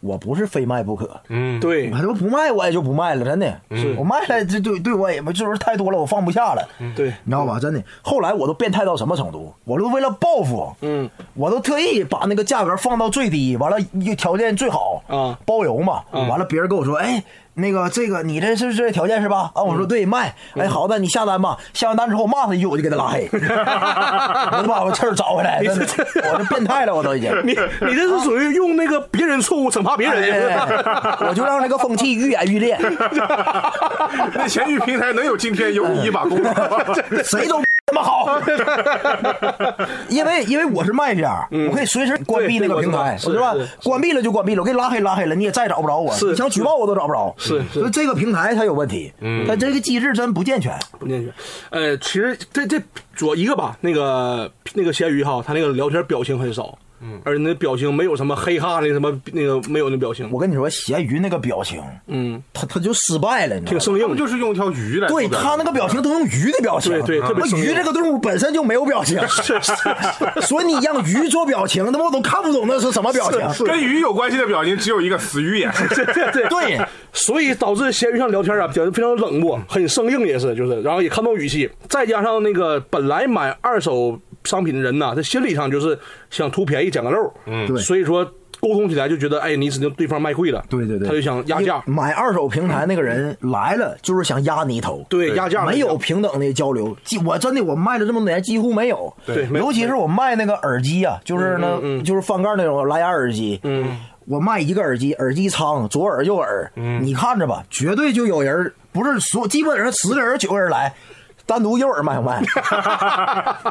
Speaker 4: 我不是非卖不可，
Speaker 1: 嗯，
Speaker 5: 对
Speaker 4: 我他妈不卖我也就不卖了，真的。我卖了，这对对我也没，就是太多了，我放不下了。
Speaker 5: 对，
Speaker 4: 你知道吧？真的，后来我都变态到什么程度？我都为了报复，
Speaker 5: 嗯，
Speaker 4: 我都特意把那个价格放到最低，完了又条件最好
Speaker 5: 啊
Speaker 4: 包邮嘛。完了，别人跟我说，哎，那个这个你这是这条件是吧？啊，我说对，卖。哎，好的，你下单吧。下完单之后我骂他一句，我就给他拉黑，我就把我气儿找回来，真的，我就变态了，我都已经。
Speaker 5: 你你这是属于用那个别人错误惩罚别人，
Speaker 4: 哎我就让这个风气愈演愈烈，哎
Speaker 5: [laughs]
Speaker 1: [laughs] 那闲鱼平台能有今天，有你一把功劳。
Speaker 4: [laughs] 谁都他妈
Speaker 5: [laughs]
Speaker 4: 好，因为因为我是卖家，我可以随时关闭那个平台，
Speaker 5: 嗯对对
Speaker 4: 是吧
Speaker 5: 我知道是？
Speaker 4: 关闭了就关闭了，我给你拉黑拉黑了，你也再找不着我，
Speaker 5: 是
Speaker 4: 你想举报我都找不着，
Speaker 5: 是是嗯
Speaker 4: 所以这个平台它有问题，它这个机制真不健全。
Speaker 5: 不进去。呃，其实这这左一个吧，那个那个咸鱼哈，他那个聊天表情很少，嗯，而那表情没有什么嘿哈那什么那个没有那表情，
Speaker 4: 我跟你说，咸鱼那个表情，
Speaker 5: 嗯，
Speaker 4: 他他就失败了，你知
Speaker 5: 挺
Speaker 4: 道吗？
Speaker 1: [laughs]
Speaker 5: 生
Speaker 1: 要不
Speaker 5: 硬，
Speaker 1: 就是用一条鱼来做
Speaker 4: 对
Speaker 1: 表情。
Speaker 4: 他那个表情都用鱼的表情，
Speaker 5: 对对特别
Speaker 4: 那
Speaker 5: 生硬
Speaker 4: 鱼这个动物本身就没有表情，
Speaker 5: 是是
Speaker 4: [laughs] 所以你让鱼做表情，他妈我都看不懂那是什么表情。
Speaker 1: 跟鱼有关系的表情只有一个死鱼眼。
Speaker 5: 对对
Speaker 4: 对，
Speaker 5: 所以导致闲鱼上聊天啊，表现非常冷漠，很生硬也是，就是，然后也看不懂语气，再加上那个本来买二手商品的人呐、他心理上就是想图便宜捡个漏，嗯
Speaker 4: 对
Speaker 5: 所以说沟通起来就觉得，哎，你指定对方卖贵了，
Speaker 4: 对对对，
Speaker 5: 他就想压价
Speaker 4: 因为，买二手平台那个人来了，就是想压你一头。
Speaker 5: 对压价
Speaker 4: 没
Speaker 5: [laughs]
Speaker 4: 有平等的交流，几我真的我卖了这么多年，几乎没有。
Speaker 5: 对没有嗯
Speaker 4: 尤其是我卖那个耳机啊，就是那，就是翻盖那种蓝牙耳机。嗯，我卖一个耳机，耳机仓左耳右耳，
Speaker 5: 嗯
Speaker 4: 你看着吧，绝对就有人，不是所基本上十个人九个人来，单独右耳卖
Speaker 5: [laughs]
Speaker 4: 不卖？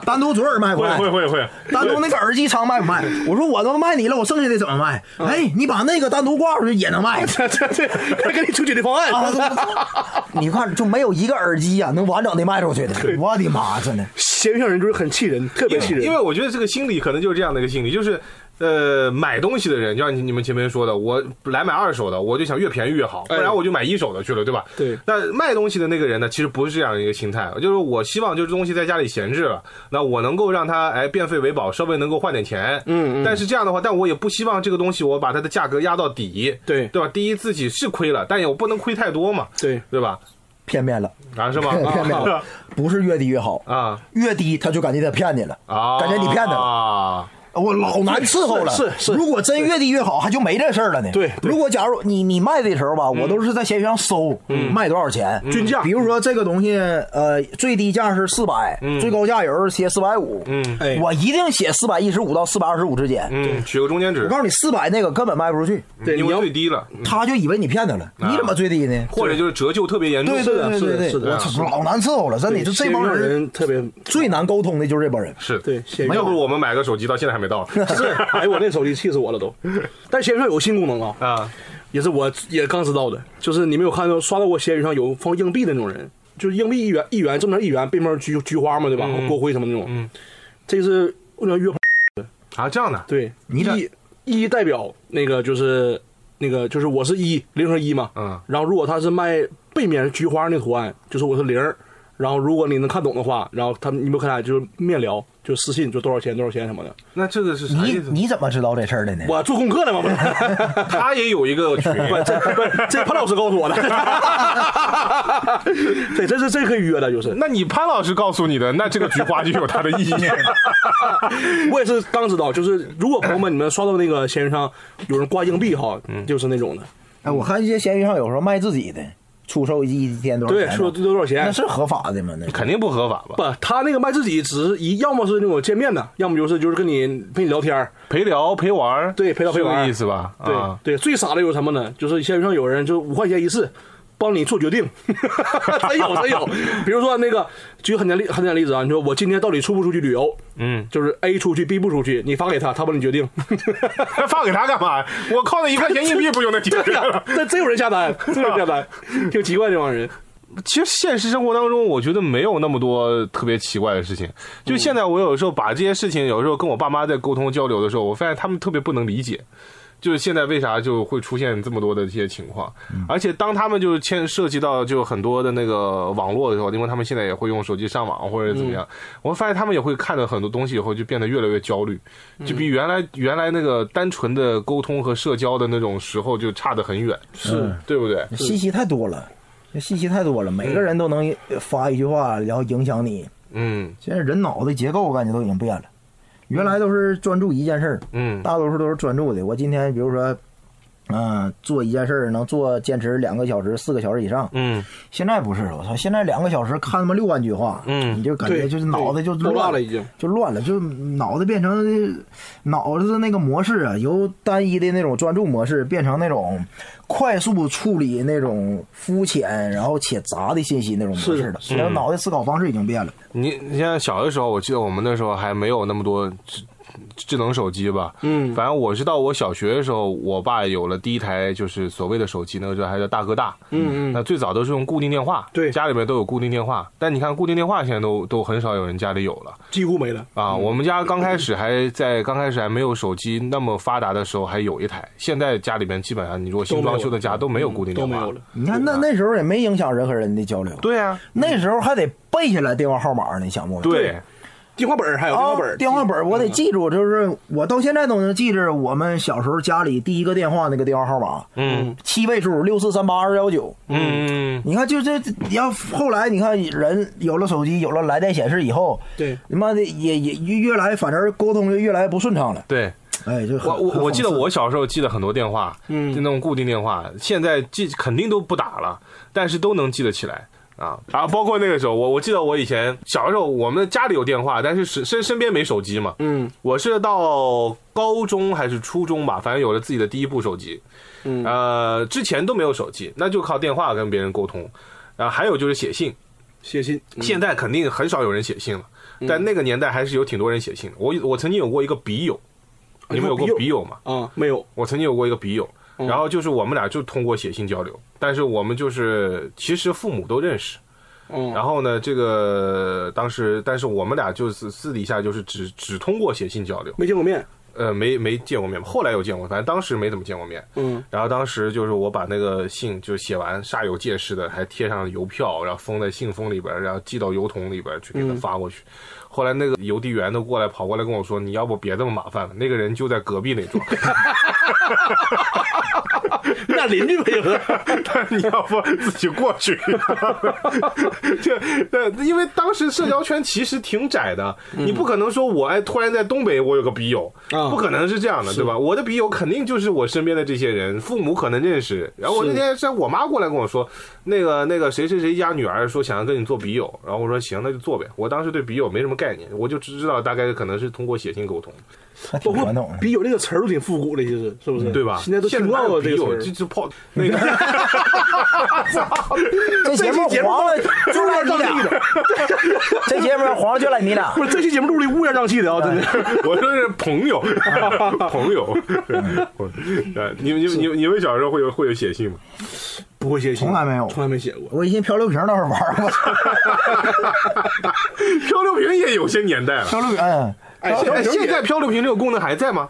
Speaker 4: 单独左耳卖不
Speaker 1: 会
Speaker 4: 卖？
Speaker 1: [laughs] 会会会，
Speaker 4: 单独那个耳机仓卖不卖？我说我他妈卖你了，我剩下的怎么卖？
Speaker 5: 嗯
Speaker 4: 哎，你把那个单独挂出去也能卖。
Speaker 5: 这这这，给你出解决方案。
Speaker 4: 啊！你看，就没有一个耳机呀、能完整的卖出去的。我的妈，真的！
Speaker 5: 闲鱼上人就是很气人，特别气人。
Speaker 1: 因为我觉得这个心理可能就是这样的一个心理，就是呃，买东西的人，就像你你们前面说的，我来买二手的，我就想越便宜越好，不
Speaker 5: 哎
Speaker 1: 然我就买一手的去了，对吧？
Speaker 5: 对
Speaker 1: 那卖东西的那个人呢，其实不是这样的一个心态，就是我希望就是东西在家里闲置了，那我能够让它哎变废为宝，稍微能够换点钱。
Speaker 5: 嗯嗯
Speaker 1: 但是这样的话，但我也不希望这个东西我把它的价格压到底。
Speaker 5: 对
Speaker 1: 对吧？第一自己是亏了，但也我不能亏太多嘛。
Speaker 5: 对
Speaker 1: 对吧？
Speaker 4: 骗面了，
Speaker 1: 啊，是吗？
Speaker 4: [laughs] 骗面了，不是越低越好
Speaker 1: [laughs] 啊！
Speaker 4: 越低他就感觉他骗你了
Speaker 1: 啊，
Speaker 4: 感觉你骗他了。
Speaker 1: 啊！
Speaker 4: 我老难伺候了，
Speaker 5: 是是是
Speaker 4: 如果真越低越好，还就没这事儿了呢。
Speaker 5: 对对嗯
Speaker 4: 如果假如你你卖的时候吧，我都是在闲鱼上搜，卖多少钱
Speaker 5: 均价嗯
Speaker 4: 比如说这个东西，呃，最低价是四百，最高价有人写四百五，
Speaker 1: 嗯
Speaker 5: 哎
Speaker 4: 我一定写四百一十五到四百二十五之间。
Speaker 1: 嗯，取个中间值
Speaker 4: 我告，诉你，四百那个根本卖不出去，
Speaker 5: 对
Speaker 1: 因
Speaker 5: 你
Speaker 1: 为
Speaker 5: 要
Speaker 1: 最低
Speaker 5: 嗯
Speaker 1: 了。
Speaker 4: 他就以为你骗他了，你怎么最低呢？
Speaker 1: 或者就是折旧特别严重。
Speaker 4: 对
Speaker 5: 啊
Speaker 4: 对对
Speaker 5: 是的是
Speaker 4: 对
Speaker 5: 的
Speaker 4: 对
Speaker 5: 是的
Speaker 4: 我操，老难伺候了，真的，就这帮
Speaker 5: 闲鱼上
Speaker 4: 人
Speaker 5: 人特
Speaker 1: [laughs]
Speaker 5: 别
Speaker 4: 最难沟通的就是这帮人。
Speaker 1: 是
Speaker 5: 对闲鱼
Speaker 1: 要不我们买个手机到现在还没 [laughs] 到。
Speaker 5: 是，哎，我那手机气死我
Speaker 1: [laughs]
Speaker 5: 了都。但闲鱼上有个新功能啊，
Speaker 1: 啊，
Speaker 5: 也是我也刚知道的，就是你没有看到刷到过闲鱼上有放硬币的那种人，就是硬币一元一元，正常一元，背面菊菊花嘛，对吧？国徽什么那种。嗯，这是为了约炮
Speaker 1: 啊，这样的，
Speaker 5: 对，
Speaker 4: 你咋
Speaker 5: 一一代表那个就是那个就是我是一零和一嘛，
Speaker 1: 嗯
Speaker 5: 然后如果他是卖背面是菊花那图案，就是我是零儿，然后如果你能看懂的话，然后他们你们看俩就是面聊，就私信就多少钱多少钱什么的，
Speaker 1: 那这个是啥
Speaker 4: 你
Speaker 1: 意思？
Speaker 4: 你怎么知道这事儿的呢？
Speaker 5: 我做功课呢嘛，不是，
Speaker 1: [laughs] 他也有一个 [laughs] 群，
Speaker 5: 不这不这潘老师告诉我的， [laughs] 对，这是这可以约的，就是 [laughs]
Speaker 1: 那你潘老师告诉你的，那这个菊花就有它的意义。
Speaker 5: 我也是刚知道，就是如果朋友们你们刷到那个闲鱼上有人挂硬币哈，
Speaker 4: 嗯
Speaker 5: 就是那种的，
Speaker 4: 哎，我看一些闲鱼上有时候卖自己的，出售一一天多少钱
Speaker 5: 对
Speaker 4: 呢？，
Speaker 5: 说多少钱
Speaker 4: 那是合法的吗？那
Speaker 1: [laughs] 肯定不合法吧？
Speaker 5: 不，他那个卖自己只是一，要么是那种见面的，要么就是就是跟你陪你聊天儿
Speaker 1: 陪聊陪玩儿，
Speaker 5: 对陪聊陪
Speaker 1: 是
Speaker 5: 玩儿
Speaker 1: 这个意思吧？
Speaker 5: 对、
Speaker 1: 啊
Speaker 5: 对，最傻的有什么呢？就是闲鱼上有人就五块钱一次，帮你做决定， [laughs]
Speaker 1: [laughs]
Speaker 5: 真有真有。比如说那个，举个很简单例很简单例子啊，你说我今天到底出不出去旅游？嗯，就是 A 出去，B 不出去，你发给他，他帮你决定。 [laughs]
Speaker 1: 发给他干嘛？我靠 [laughs] 那一块 [laughs] 钱硬币不就能解决
Speaker 5: 对呀、
Speaker 1: 了
Speaker 5: 啊，？那真有人下单，真有人下单，挺奇怪这帮人。
Speaker 1: 其实现实生活当中，我觉得没有那么多特别奇怪的事情。就现在，我有时候把这些事情，有时候跟我爸妈在沟通交流的时候，我发现他们特别不能理解。就是现在为啥就会出现这么多的这些情况，而且当他们就是牵涉及到就很多的那个网络的时候，因为他们现在也会用手机上网或者怎么样，我发现他们也会看到很多东西以后就变得越来越焦虑，就比原来原来那个单纯的沟通和社交的那种时候就差得很远，
Speaker 5: 是
Speaker 1: 对不对？
Speaker 4: 信息太多了，这信息太多了，每个人都能发一句话，然后影响你。
Speaker 1: 嗯
Speaker 4: 现在人脑袋结构我感觉都已经变了，原来都是专注一件事儿，
Speaker 1: 嗯
Speaker 4: 大多数都是专注的。我今天比如说，嗯、做一件事儿能做坚持两个小时、四个小时以上。
Speaker 1: 嗯，
Speaker 4: 现在不是了，我操！现在两个小时看他妈六万句话，
Speaker 1: 嗯
Speaker 4: 你就感觉
Speaker 5: 对
Speaker 4: 就是脑袋
Speaker 5: 对
Speaker 4: 就
Speaker 5: 都
Speaker 4: 乱
Speaker 5: 乱了已经
Speaker 4: 就乱了，就脑袋变成脑子那个模式啊，由单一的那种专注模式变成那种快速处理那种肤浅然后且杂的信息那种模式了。然后脑袋思考方式已经变了，
Speaker 1: 你你像小的时候，我记得我们那时候还没有那么多智智能手机吧，
Speaker 5: 嗯
Speaker 1: 反正我是到我小学的时候，我爸有了第一台就是所谓的手机，那个时候还叫大哥大，
Speaker 5: 嗯嗯
Speaker 1: 那最早都是用固定电话，
Speaker 5: 对
Speaker 1: 家里面都有固定电话，但你看固定电话现在都都很少有人家里有了
Speaker 5: 几乎没了。
Speaker 1: 啊。我们家刚开始还在刚开始还没有手机那么发达的时候，还有一台，现在家里面基本上你如果新装修的家都没有固定
Speaker 5: 嗯都
Speaker 1: 电
Speaker 5: 没
Speaker 1: 话，
Speaker 5: 有了。
Speaker 4: 你看
Speaker 5: 啊
Speaker 4: 那那时候也没影响人和人的交流，
Speaker 1: 对啊，
Speaker 4: 那时候还得背下来电话号码呢，你想不？
Speaker 1: 对，
Speaker 5: 电话本儿还有电话本
Speaker 1: 哦
Speaker 5: 儿，嗯
Speaker 4: 电话本儿我得记住，就是我到现在都能记着我们小时候家里第一个电话那个电话号码，
Speaker 1: 嗯
Speaker 4: 七位数六四三八二幺九。
Speaker 1: 嗯，
Speaker 4: 你看，就这，你要后来你看人有了手机，有了来电显示以后，
Speaker 5: 对
Speaker 4: 他妈的也也越越来，反正沟通就越来越不顺畅了。
Speaker 1: 对。
Speaker 4: 哎，就很
Speaker 1: 我我
Speaker 4: 很
Speaker 1: 我记得
Speaker 4: 讽刺
Speaker 1: 我小时候记得很多电话，嗯，就那种固定电话，现在记肯定都不打了，但是都能记得起来。啊，然后包括那个时候，我我记得我以前小时候，我们家里有电话，但是身身身边没手机嘛。
Speaker 5: 嗯，
Speaker 1: 我是到高中还是初中吧，反正有了自己的第一部手机。
Speaker 5: 嗯
Speaker 1: 呃，之前都没有手机，那就靠电话跟别人沟通。啊，还有就是写信，
Speaker 5: 写信。
Speaker 1: 现在肯定很少有人写信了，但那个年代还是有挺多人写信的。我我曾经有过一个笔友，你哦们有过
Speaker 5: 笔友
Speaker 1: 笔友吗？
Speaker 5: 啊，没有，
Speaker 1: 我曾经有过一个笔友，然后就是我们俩就通过写信交流，但是我们就是其实父母都认识，
Speaker 5: 嗯，
Speaker 1: 然后呢，这个当时但是我们俩就是私底下就是只只通过写信交流，
Speaker 5: 没见过面，
Speaker 1: 呃，没没见过面，后来有见过，反正当时没怎么见过面。 [laughs]
Speaker 5: 嗯，
Speaker 1: 然后当时就是我把那个信就写完，煞有介事的还贴上邮票，然后封在信封里边，然后寄到邮筒里边去给他发过去。后来那个邮递员都过来跑过来跟我说：“你要不别这么麻烦了，那个人就在隔壁那桌。”
Speaker 5: 那邻居配合，
Speaker 1: 但 [laughs] 是你要不自 [laughs] 己过去，就对，因为当时社交圈其实挺窄的，你不可能说我哎突然在东北我有个笔友，
Speaker 5: 嗯啊
Speaker 1: 不可能是这样的，对吧？我的笔友肯定就是我身边的这些人，父母可能认识。然后我那天是我妈过来跟我说，那个那个谁谁谁家女儿说想要跟你做笔友，然后我说行，那就做呗。我当时对笔友没什么概念，我就只知道大概可能是通过写信沟通，
Speaker 4: 还
Speaker 5: 包
Speaker 4: 挺
Speaker 5: 括
Speaker 4: 传统的。
Speaker 5: 笔友这个词儿都挺复古的，其实是不是？
Speaker 1: 嗯对吧？
Speaker 5: 现在都听
Speaker 1: 现
Speaker 5: 不
Speaker 1: 哪
Speaker 5: 到
Speaker 1: 有
Speaker 5: 了
Speaker 1: 笔
Speaker 5: 这
Speaker 1: 友
Speaker 5: 个
Speaker 1: 就
Speaker 5: 词儿。
Speaker 1: 就泡那个。 [laughs]
Speaker 4: 这节目
Speaker 5: 这期节目
Speaker 4: 黄了，就来你俩。这节目黄了就来你
Speaker 5: [laughs]
Speaker 4: 俩。
Speaker 5: 不是这期节目录的乌烟瘴气的啊，真的。 [laughs]
Speaker 1: 我说是朋友，朋友。对，你们你们你们你们小时候会有会有写信吗？ [laughs]
Speaker 5: 不会写信，
Speaker 4: 从来没有
Speaker 5: 从来没写过。
Speaker 4: 我一寻漂流瓶倒是玩儿过，
Speaker 1: 漂流瓶也有些年代了。
Speaker 4: [laughs] 漂流瓶，嗯，
Speaker 5: 哎，
Speaker 1: 哎，
Speaker 5: 现
Speaker 1: 现
Speaker 5: 在
Speaker 1: 在漂流瓶这个功能还在吗？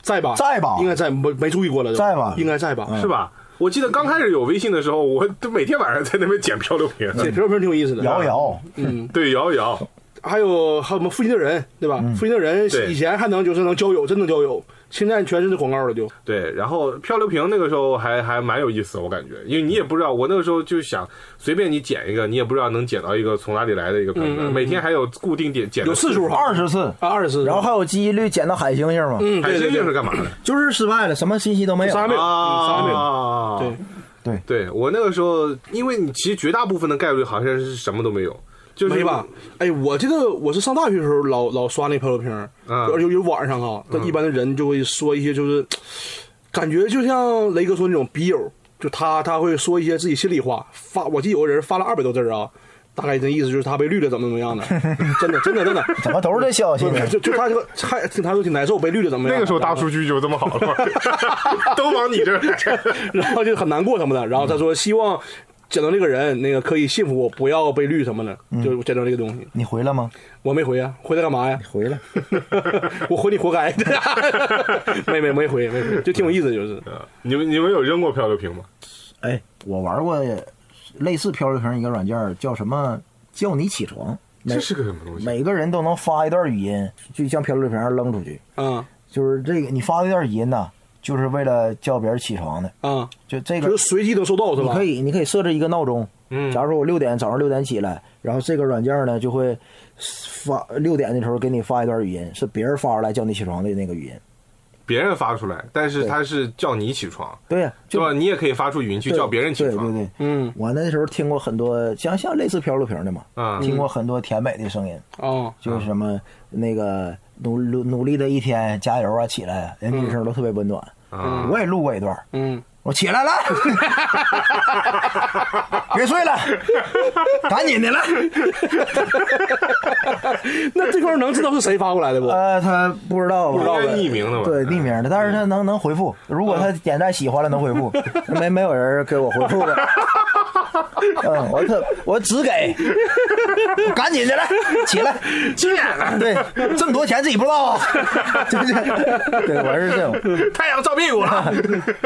Speaker 5: 在吧？
Speaker 4: 在吧
Speaker 5: 应该在，没没注意过了。
Speaker 4: 在吧嗯
Speaker 5: 应该在吧？
Speaker 1: 是吧？我记得刚开始有微信的时候，我都每天晚上在那边捡漂流瓶，
Speaker 5: 这漂流瓶挺有意思的。
Speaker 4: 嗯摇一摇，
Speaker 5: 嗯，
Speaker 1: 对，摇一摇。
Speaker 5: 还有还有我们附近的人，对吧？
Speaker 4: 嗯
Speaker 5: 附近的人
Speaker 1: 对
Speaker 5: 以前还能就是能交友，真能交友，现在全是那广告了，就
Speaker 1: 对，然后漂流瓶那个时候还还蛮有意思的，我感觉，因为你也不知道，我那个时候就想随便你捡一个，你也不知道能捡到一个从哪里来的一个漂流瓶，每天还有固定点捡的
Speaker 5: 嗯有次数哈，
Speaker 4: 二十次，
Speaker 5: 啊，二十次，
Speaker 4: 然后还有几率捡到海星星嘛，
Speaker 5: 嗯，
Speaker 1: 海
Speaker 5: 对对
Speaker 1: 星星
Speaker 5: 对
Speaker 1: 是，干嘛的？
Speaker 4: 就是失败了，什么信息都没有
Speaker 5: 啥。也没有，嗯啥也没有。
Speaker 1: 啊，
Speaker 5: 对，
Speaker 1: 对我那个时候，因为你其实绝大部分的概率好像是什么都没有，就是
Speaker 5: 没吧？？哎，我这个我是上大学的时候老老刷那漂流瓶儿，
Speaker 1: 嗯
Speaker 5: 有有晚上哈，但一般的人就会说一些就是，感觉就像雷哥说那种笔友，就她她会说一些自己心里话，发我记得有个人发了二百多字儿啊，大概那意思就是她被绿了怎么怎么
Speaker 1: [laughs]
Speaker 5: 样的，真的真的真的，
Speaker 4: 怎么都是这消息呢？
Speaker 5: 就就她这个还挺她说挺难受，被绿了怎么样？
Speaker 1: 那个时候大
Speaker 5: 然后
Speaker 1: 数据就这么好了 [laughs] 吗，都往你这儿来。
Speaker 5: 然后就很难过什么的。然后他说希望捡到那个人，那个可以幸福我，不要被绿什么的，
Speaker 1: 嗯
Speaker 5: 就捡到这个东西。
Speaker 4: 你回来吗？
Speaker 5: 我没回啊，回来干嘛呀？
Speaker 4: 回来，
Speaker 5: [laughs] 我回你活该。没没没回没回，就挺有意思，就是
Speaker 1: [laughs] 你们你们有扔过漂流瓶吗？
Speaker 4: 哎，
Speaker 3: 我玩过类似漂流瓶一个软件儿，叫什么？叫你起床。每
Speaker 1: 这是个什么东西？
Speaker 4: 每个人都能发一段语音，就像漂流瓶扔出去，
Speaker 5: 啊
Speaker 4: 就是这个你发的一段语音呐、就是为了叫别人起床的，
Speaker 5: 啊，
Speaker 4: 就这个
Speaker 5: 就是随机能收到是
Speaker 4: 你
Speaker 5: 吧？
Speaker 4: 可以，你可以设置一个闹钟。
Speaker 1: 嗯
Speaker 4: 假如说我六点早上六点起来，然后这个软件呢就会发六点的时候给你发一段语音，是别人发出来叫你起床的那个语音。
Speaker 1: 别人发出来，但是他是叫你起床，
Speaker 4: 对呀，
Speaker 1: 对
Speaker 4: 就
Speaker 1: 吧？你也可以发出语音去
Speaker 4: 对
Speaker 1: 叫别人起
Speaker 4: 对
Speaker 1: 床。
Speaker 4: 对对，
Speaker 5: 嗯
Speaker 4: 我那时候听过很多像像类似漂流瓶的嘛，
Speaker 1: 嗯
Speaker 4: 听过很多甜美的声音，
Speaker 5: 啊
Speaker 4: 就是什么那个努努努力的一天，加油啊，起来啊，人女生都特别温暖。
Speaker 1: 啊
Speaker 4: 我也录过一段，
Speaker 5: 嗯，
Speaker 4: 我起来了， [laughs] 别睡了， [laughs] 赶紧的了。
Speaker 5: 那这块儿能知道是谁发过来的不？
Speaker 4: 呃，他不知道吧，
Speaker 5: 不知道
Speaker 1: 应该匿名的吧？
Speaker 4: 对，匿名的，但是他能能回复，如果他点赞喜欢了能回复，
Speaker 5: 嗯
Speaker 4: 没没有人给我回复
Speaker 5: [laughs]
Speaker 4: 的。嗯，我特我只给，赶紧的来，起来，
Speaker 1: 起来了，
Speaker 4: 对，这么多钱自己不知道
Speaker 5: [laughs]
Speaker 4: 啊，就是，对，我是这
Speaker 1: [laughs]
Speaker 4: 种，
Speaker 1: 太阳照屁股了。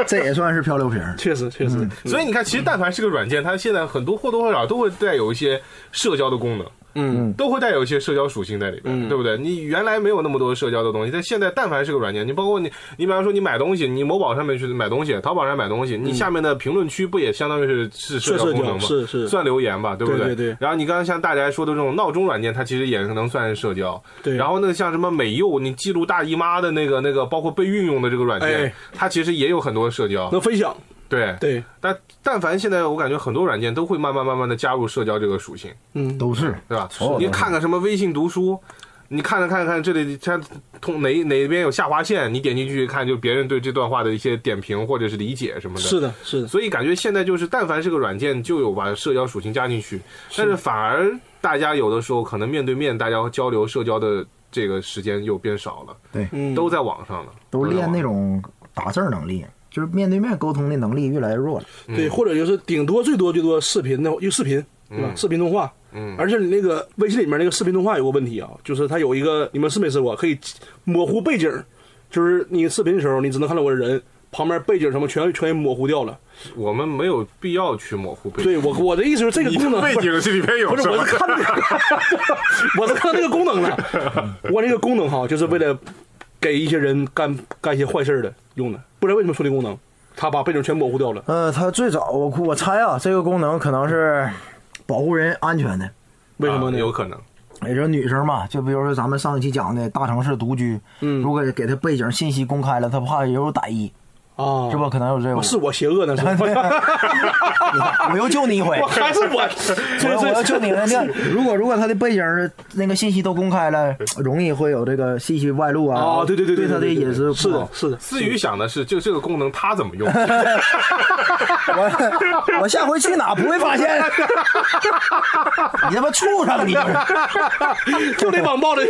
Speaker 4: 这也算是漂流瓶儿，
Speaker 5: 确实确
Speaker 4: 嗯
Speaker 5: 实，
Speaker 1: 所以你看，其实但凡是个软件，它现在很多或多或少都会带有一些社交的功能，
Speaker 5: 嗯，
Speaker 1: 都会带有一些社交属性在里边，对不对？你原来没有那么多社交的东西，但现在但凡是个软件，你包括你，你比方说你买东西，你某宝上面去买东西，淘宝上买东西，你下面的评论区不也相当于是是社交
Speaker 5: 嗯是社交
Speaker 1: 功能吗？
Speaker 5: 是是
Speaker 1: 算留言吧，对不
Speaker 5: 对
Speaker 1: 对
Speaker 5: 对对
Speaker 1: 然后你刚刚像大家说的这种闹钟软件，它其实也能算是社交。
Speaker 5: 对
Speaker 1: 然后那个像什么美柚，你记录大姨妈的那个那个，包括被运用的这个软件，
Speaker 5: 哎
Speaker 1: 它其实也有很多社交。
Speaker 5: 能分享，
Speaker 1: 对。
Speaker 5: 对，
Speaker 1: 但但凡现在我感觉很多软件都会慢慢慢慢的加入社交这个属性，
Speaker 5: 嗯，
Speaker 4: 都是
Speaker 1: 对吧
Speaker 4: 所有？都
Speaker 1: 你
Speaker 4: 是
Speaker 1: 看看什么微信读书，你看看看看这里它通哪哪边有下划线，你点进去看，就别人对这段话的一些点评或者是理解什么的。
Speaker 5: 是。的是的，
Speaker 1: 所以感觉现在就是，但凡是个软件，就有把社交属性加进去，但是反而大家有的时候可能面对面大家交流社交的这个时间又变少了，
Speaker 5: 嗯，
Speaker 1: 都在网上了，
Speaker 4: 都
Speaker 1: 在
Speaker 4: 练
Speaker 1: 网
Speaker 4: 那
Speaker 1: 上
Speaker 4: 种打字儿能力，就是面对面沟通的能力越来越弱了。
Speaker 5: 对，或者就是顶多最多最多视频的用视频，对吧？视频通话。嗯，而且你那个微信里面那个视频通话有个问题啊，就是它有一个，你们试没试过？可以模糊背景，就是你视频的时候，你只能看到我的人，旁边背景什么全全给模糊掉了。
Speaker 1: 我们没有必要去模糊背景。
Speaker 5: 对我我的意思是这个
Speaker 1: 你
Speaker 5: 功
Speaker 1: 的
Speaker 5: 能
Speaker 1: 背
Speaker 5: 不
Speaker 1: 景
Speaker 5: 是
Speaker 1: 这里边有
Speaker 5: 不是，
Speaker 1: 什么
Speaker 5: 我是看那个， [laughs] 我是看到那个功能了。我那个功能哈，就是为了给一些人干干一些坏事儿的用的，不知道为什么出这功能，它把背景全模糊掉了。
Speaker 4: 呃，它最早我我猜啊，这个功能可能是保护人安全的，
Speaker 5: 为什么呢？
Speaker 1: 啊有可能。
Speaker 4: 也就是女生嘛，就比如说咱们上一期讲的大城市独居，嗯，如果给她背景信息公开了，她怕也有歹意，
Speaker 5: 啊，
Speaker 4: 是不？可能有这种。
Speaker 5: 我是我邪恶呢，是吧？ [laughs]
Speaker 4: 你看，我又救你一回
Speaker 5: 我，还是我，
Speaker 4: 我
Speaker 5: 这
Speaker 4: 要我要
Speaker 5: 这
Speaker 4: 救你了。你看，如果如果她的背景是那个信息都公开了，容易会有这个信息外露啊。
Speaker 5: [laughs] 啊，对对对
Speaker 4: 对
Speaker 5: 对，
Speaker 4: 她的
Speaker 5: 对
Speaker 4: 隐私
Speaker 5: 是
Speaker 4: 不
Speaker 5: 的
Speaker 4: 好，
Speaker 5: 是的， [laughs]
Speaker 1: 思雨想的是，就这个功能它怎么用？
Speaker 4: 我我下回去哪不会发
Speaker 5: [laughs]
Speaker 4: 现？你他妈畜生！你就是
Speaker 5: 就得网暴的，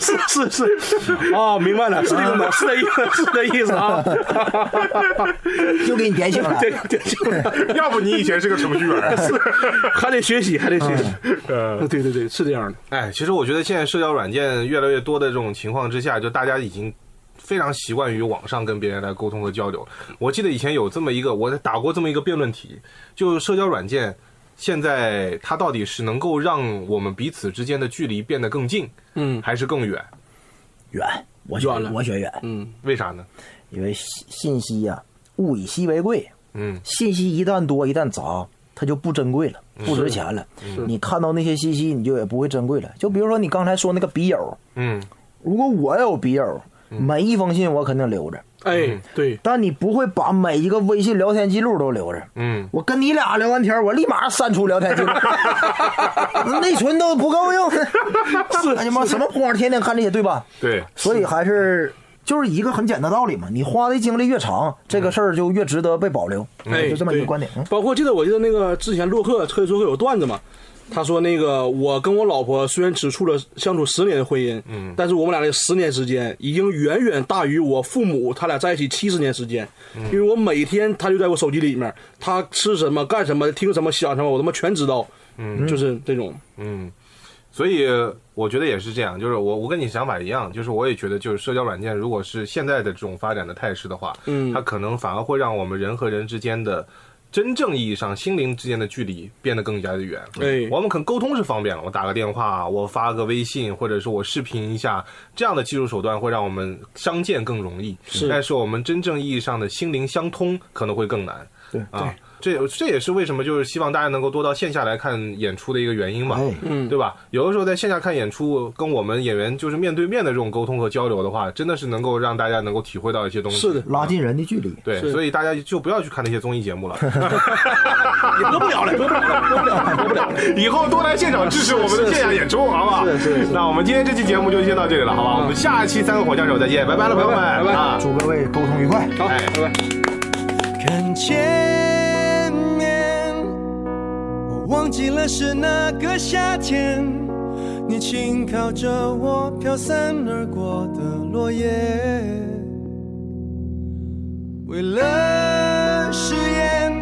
Speaker 5: 是是是，啊，明白了，是这个功能，是这意思，是这意思啊，
Speaker 4: 就给你点醒了。
Speaker 5: 对
Speaker 4: [laughs]
Speaker 5: 对
Speaker 1: [laughs]
Speaker 5: 对，
Speaker 1: 要不你以前是个程序员。啊 [laughs]
Speaker 5: 还得学习，还得学习，
Speaker 4: 嗯
Speaker 5: 啊
Speaker 1: 呃，
Speaker 5: 对对对，是这样的，
Speaker 1: 哎，其实我觉得现在社交软件越来越多的这种情况之下，就大家已经。非常习惯于网上跟别人来沟通和交流。我记得以前有这么一个，我打过这么一个辩论题，就社交软件现在它到底是能够让我们彼此之间的距离变得更近，
Speaker 5: 嗯
Speaker 1: 还是更远？
Speaker 4: 远，我选
Speaker 5: 远了
Speaker 4: 我选远，
Speaker 5: 嗯，
Speaker 1: 为啥呢？
Speaker 4: 因为信信息呀、物以稀为贵，
Speaker 1: 嗯，
Speaker 4: 信息一旦多一旦杂，它就不珍贵了，
Speaker 5: 嗯
Speaker 4: 不值钱了。你看到那些信息，你就也不会珍贵了。就比如说你刚才说那个笔友，
Speaker 1: 嗯，
Speaker 4: 如果我有笔友，
Speaker 5: 嗯
Speaker 4: 每一封信我肯定留着，嗯
Speaker 5: 哎，对，
Speaker 4: 但你不会把每一个微信聊天记录都留着。
Speaker 1: 嗯，
Speaker 4: 我跟你俩聊完天，我立马删除聊天
Speaker 5: [laughs]
Speaker 4: 记录，内存都不够用。
Speaker 5: 是
Speaker 4: 哎呀妈，什么破玩意儿，天天看这些，对吧？
Speaker 1: 对，
Speaker 4: 所以还是就是一个很简单的道理嘛，你花的精力越长，这个事儿就越值得被保留，
Speaker 5: 嗯哎，
Speaker 4: 就这么一个
Speaker 5: 对
Speaker 4: 观点。嗯
Speaker 5: 包括记得我记得那个之前洛克特洛克有段子嘛，他说那个我跟我老婆虽然只处了相处十年的婚姻，嗯，但是我们俩这十年时间已经远远大于我父母他俩在一起七十年时间，
Speaker 4: 嗯
Speaker 5: 因为我每天他就在我手机里面，他吃什么干什么听什么想什么我他妈全知道，嗯，就是这种，
Speaker 1: 嗯，所以我觉得也是这样，就是我我跟你想法一样，就是我也觉得就是社交软件如果是现在的这种发展的态势的话，
Speaker 5: 嗯
Speaker 1: 它可能反而会让我们人和人之间的。真正意义上，心灵之间的距离变得更加的远。
Speaker 5: 哎
Speaker 1: 我们可能沟通是方便了，我打个电话，我发个微信，或者是我视频一下，这样的技术手段会让我们相见更容易。
Speaker 5: 是
Speaker 1: 但是我们真正意义上的心灵相通可能会更难。
Speaker 4: 对
Speaker 1: 啊，这也这也是为什么就是希望大家能够多到线下来看演出的一个原因嘛。
Speaker 4: 哎
Speaker 5: 嗯
Speaker 1: 对吧？有的时候在线下看演出，跟我们演员就是面对面的这种沟通和交流的话，真的是能够让大家能够体会到一些东西。
Speaker 5: 是的，
Speaker 4: 拉近人的距离。
Speaker 1: 对，
Speaker 5: 是
Speaker 1: 所以大家就不要去看那些综艺节
Speaker 5: [laughs]
Speaker 1: 目了，
Speaker 5: 也播不了了，播不了了，播不了了，播不了了。
Speaker 1: 以后多来现场支持我们的线下演出，好不好？
Speaker 5: 是是是
Speaker 1: [laughs] 那我们今天这期节目就先到这里了，好吧？我们下一期三个火枪手再见，拜拜了，朋友们，
Speaker 5: 拜拜
Speaker 1: 啊！
Speaker 4: 祝各位沟通愉快。
Speaker 5: 好，
Speaker 1: 哎
Speaker 5: 拜拜。
Speaker 2: 看前面，我忘记了是哪个夏天，你轻靠着我飘散而过的落叶。为了誓言，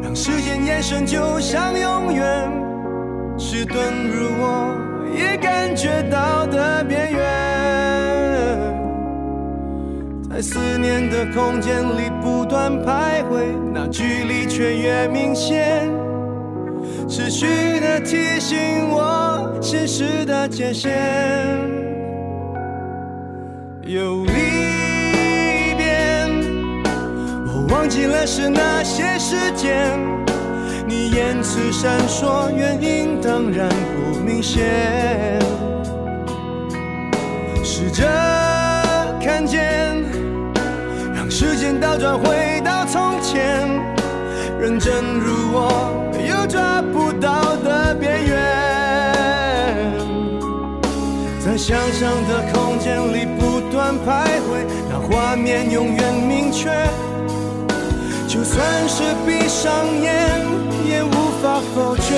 Speaker 2: 让时间延伸，就像永远，迟钝如我也感觉到的边缘。在思念的空间里不断徘徊，那距离却越明显，持续的提醒我现实的界限。有离别，我忘记了是哪些时间，你言辞闪烁，原因当然不明显。试着看见，让时间倒转回到从前，认真如我又抓不到的边缘，在想象的空间里不断徘徊，那画面永远明确，就算是闭上眼也无法否决。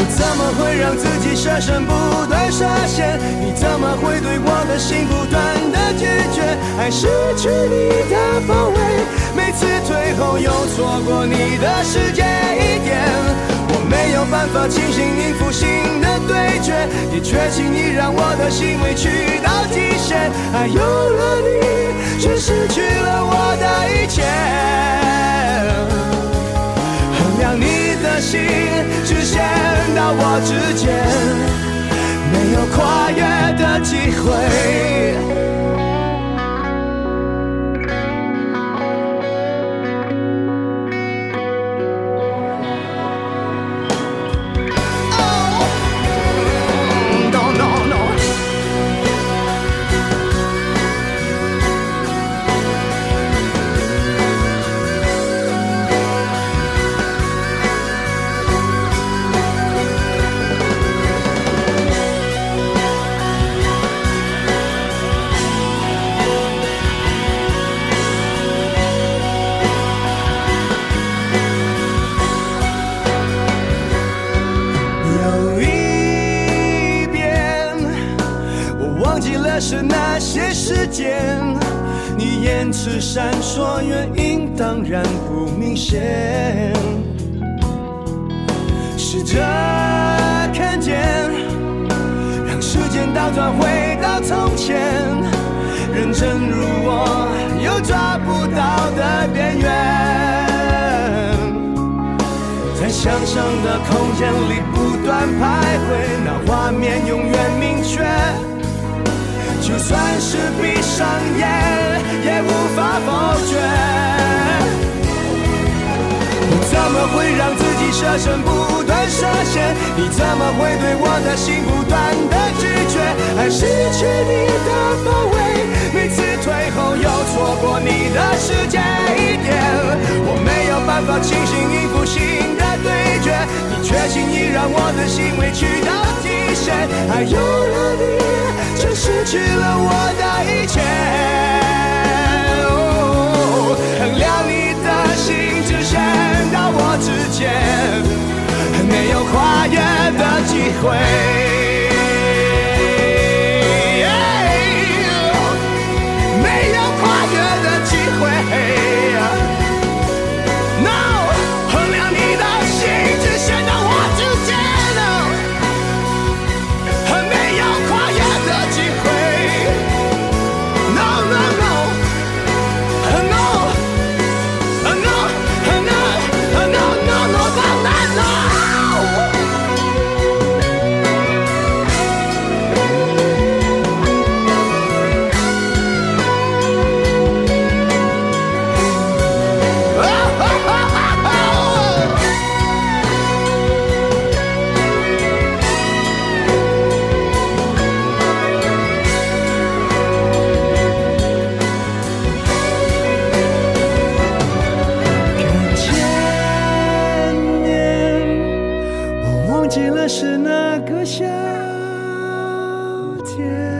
Speaker 2: 我怎么会让自己舍身不断涉险？你怎么会对我的心不断的拒绝？爱失去你的包围，每次退后又错过你的世界一点。我没有办法清醒应付新的对决，也确信你让我的心委屈到极限。爱有了你，却失去了我的一切。衡量你的心直线到我之间，没有跨越的机会。Oh, no, no, no.「有一遍，我忘记了是哪些时间，你言辞闪烁，原因当然不明显。试着看见，让时间倒转回到从前，认真如我又抓不到的边缘。在想象的空间里不断徘徊，那画面永远明确。就算是闭上眼，也无法否决。你怎么会让自己舍身不断涉险？你怎么会对我的心不断的拒绝？爱失去你的包围，每次退后又错过你的世界一点。我没有办法清醒应付新的对决，你却
Speaker 6: 却轻易让我的心委屈到极限。还有了你，却失去了我的一切。哦衡量你的心只剩到我之间，没有跨越的机会。没有跨越的机会。No，衡量你的心只剩到我之间。没有跨越的机会。No no no no。No, no, no, no, no, no, no, no. 可前面，我忘记了是哪个夏天。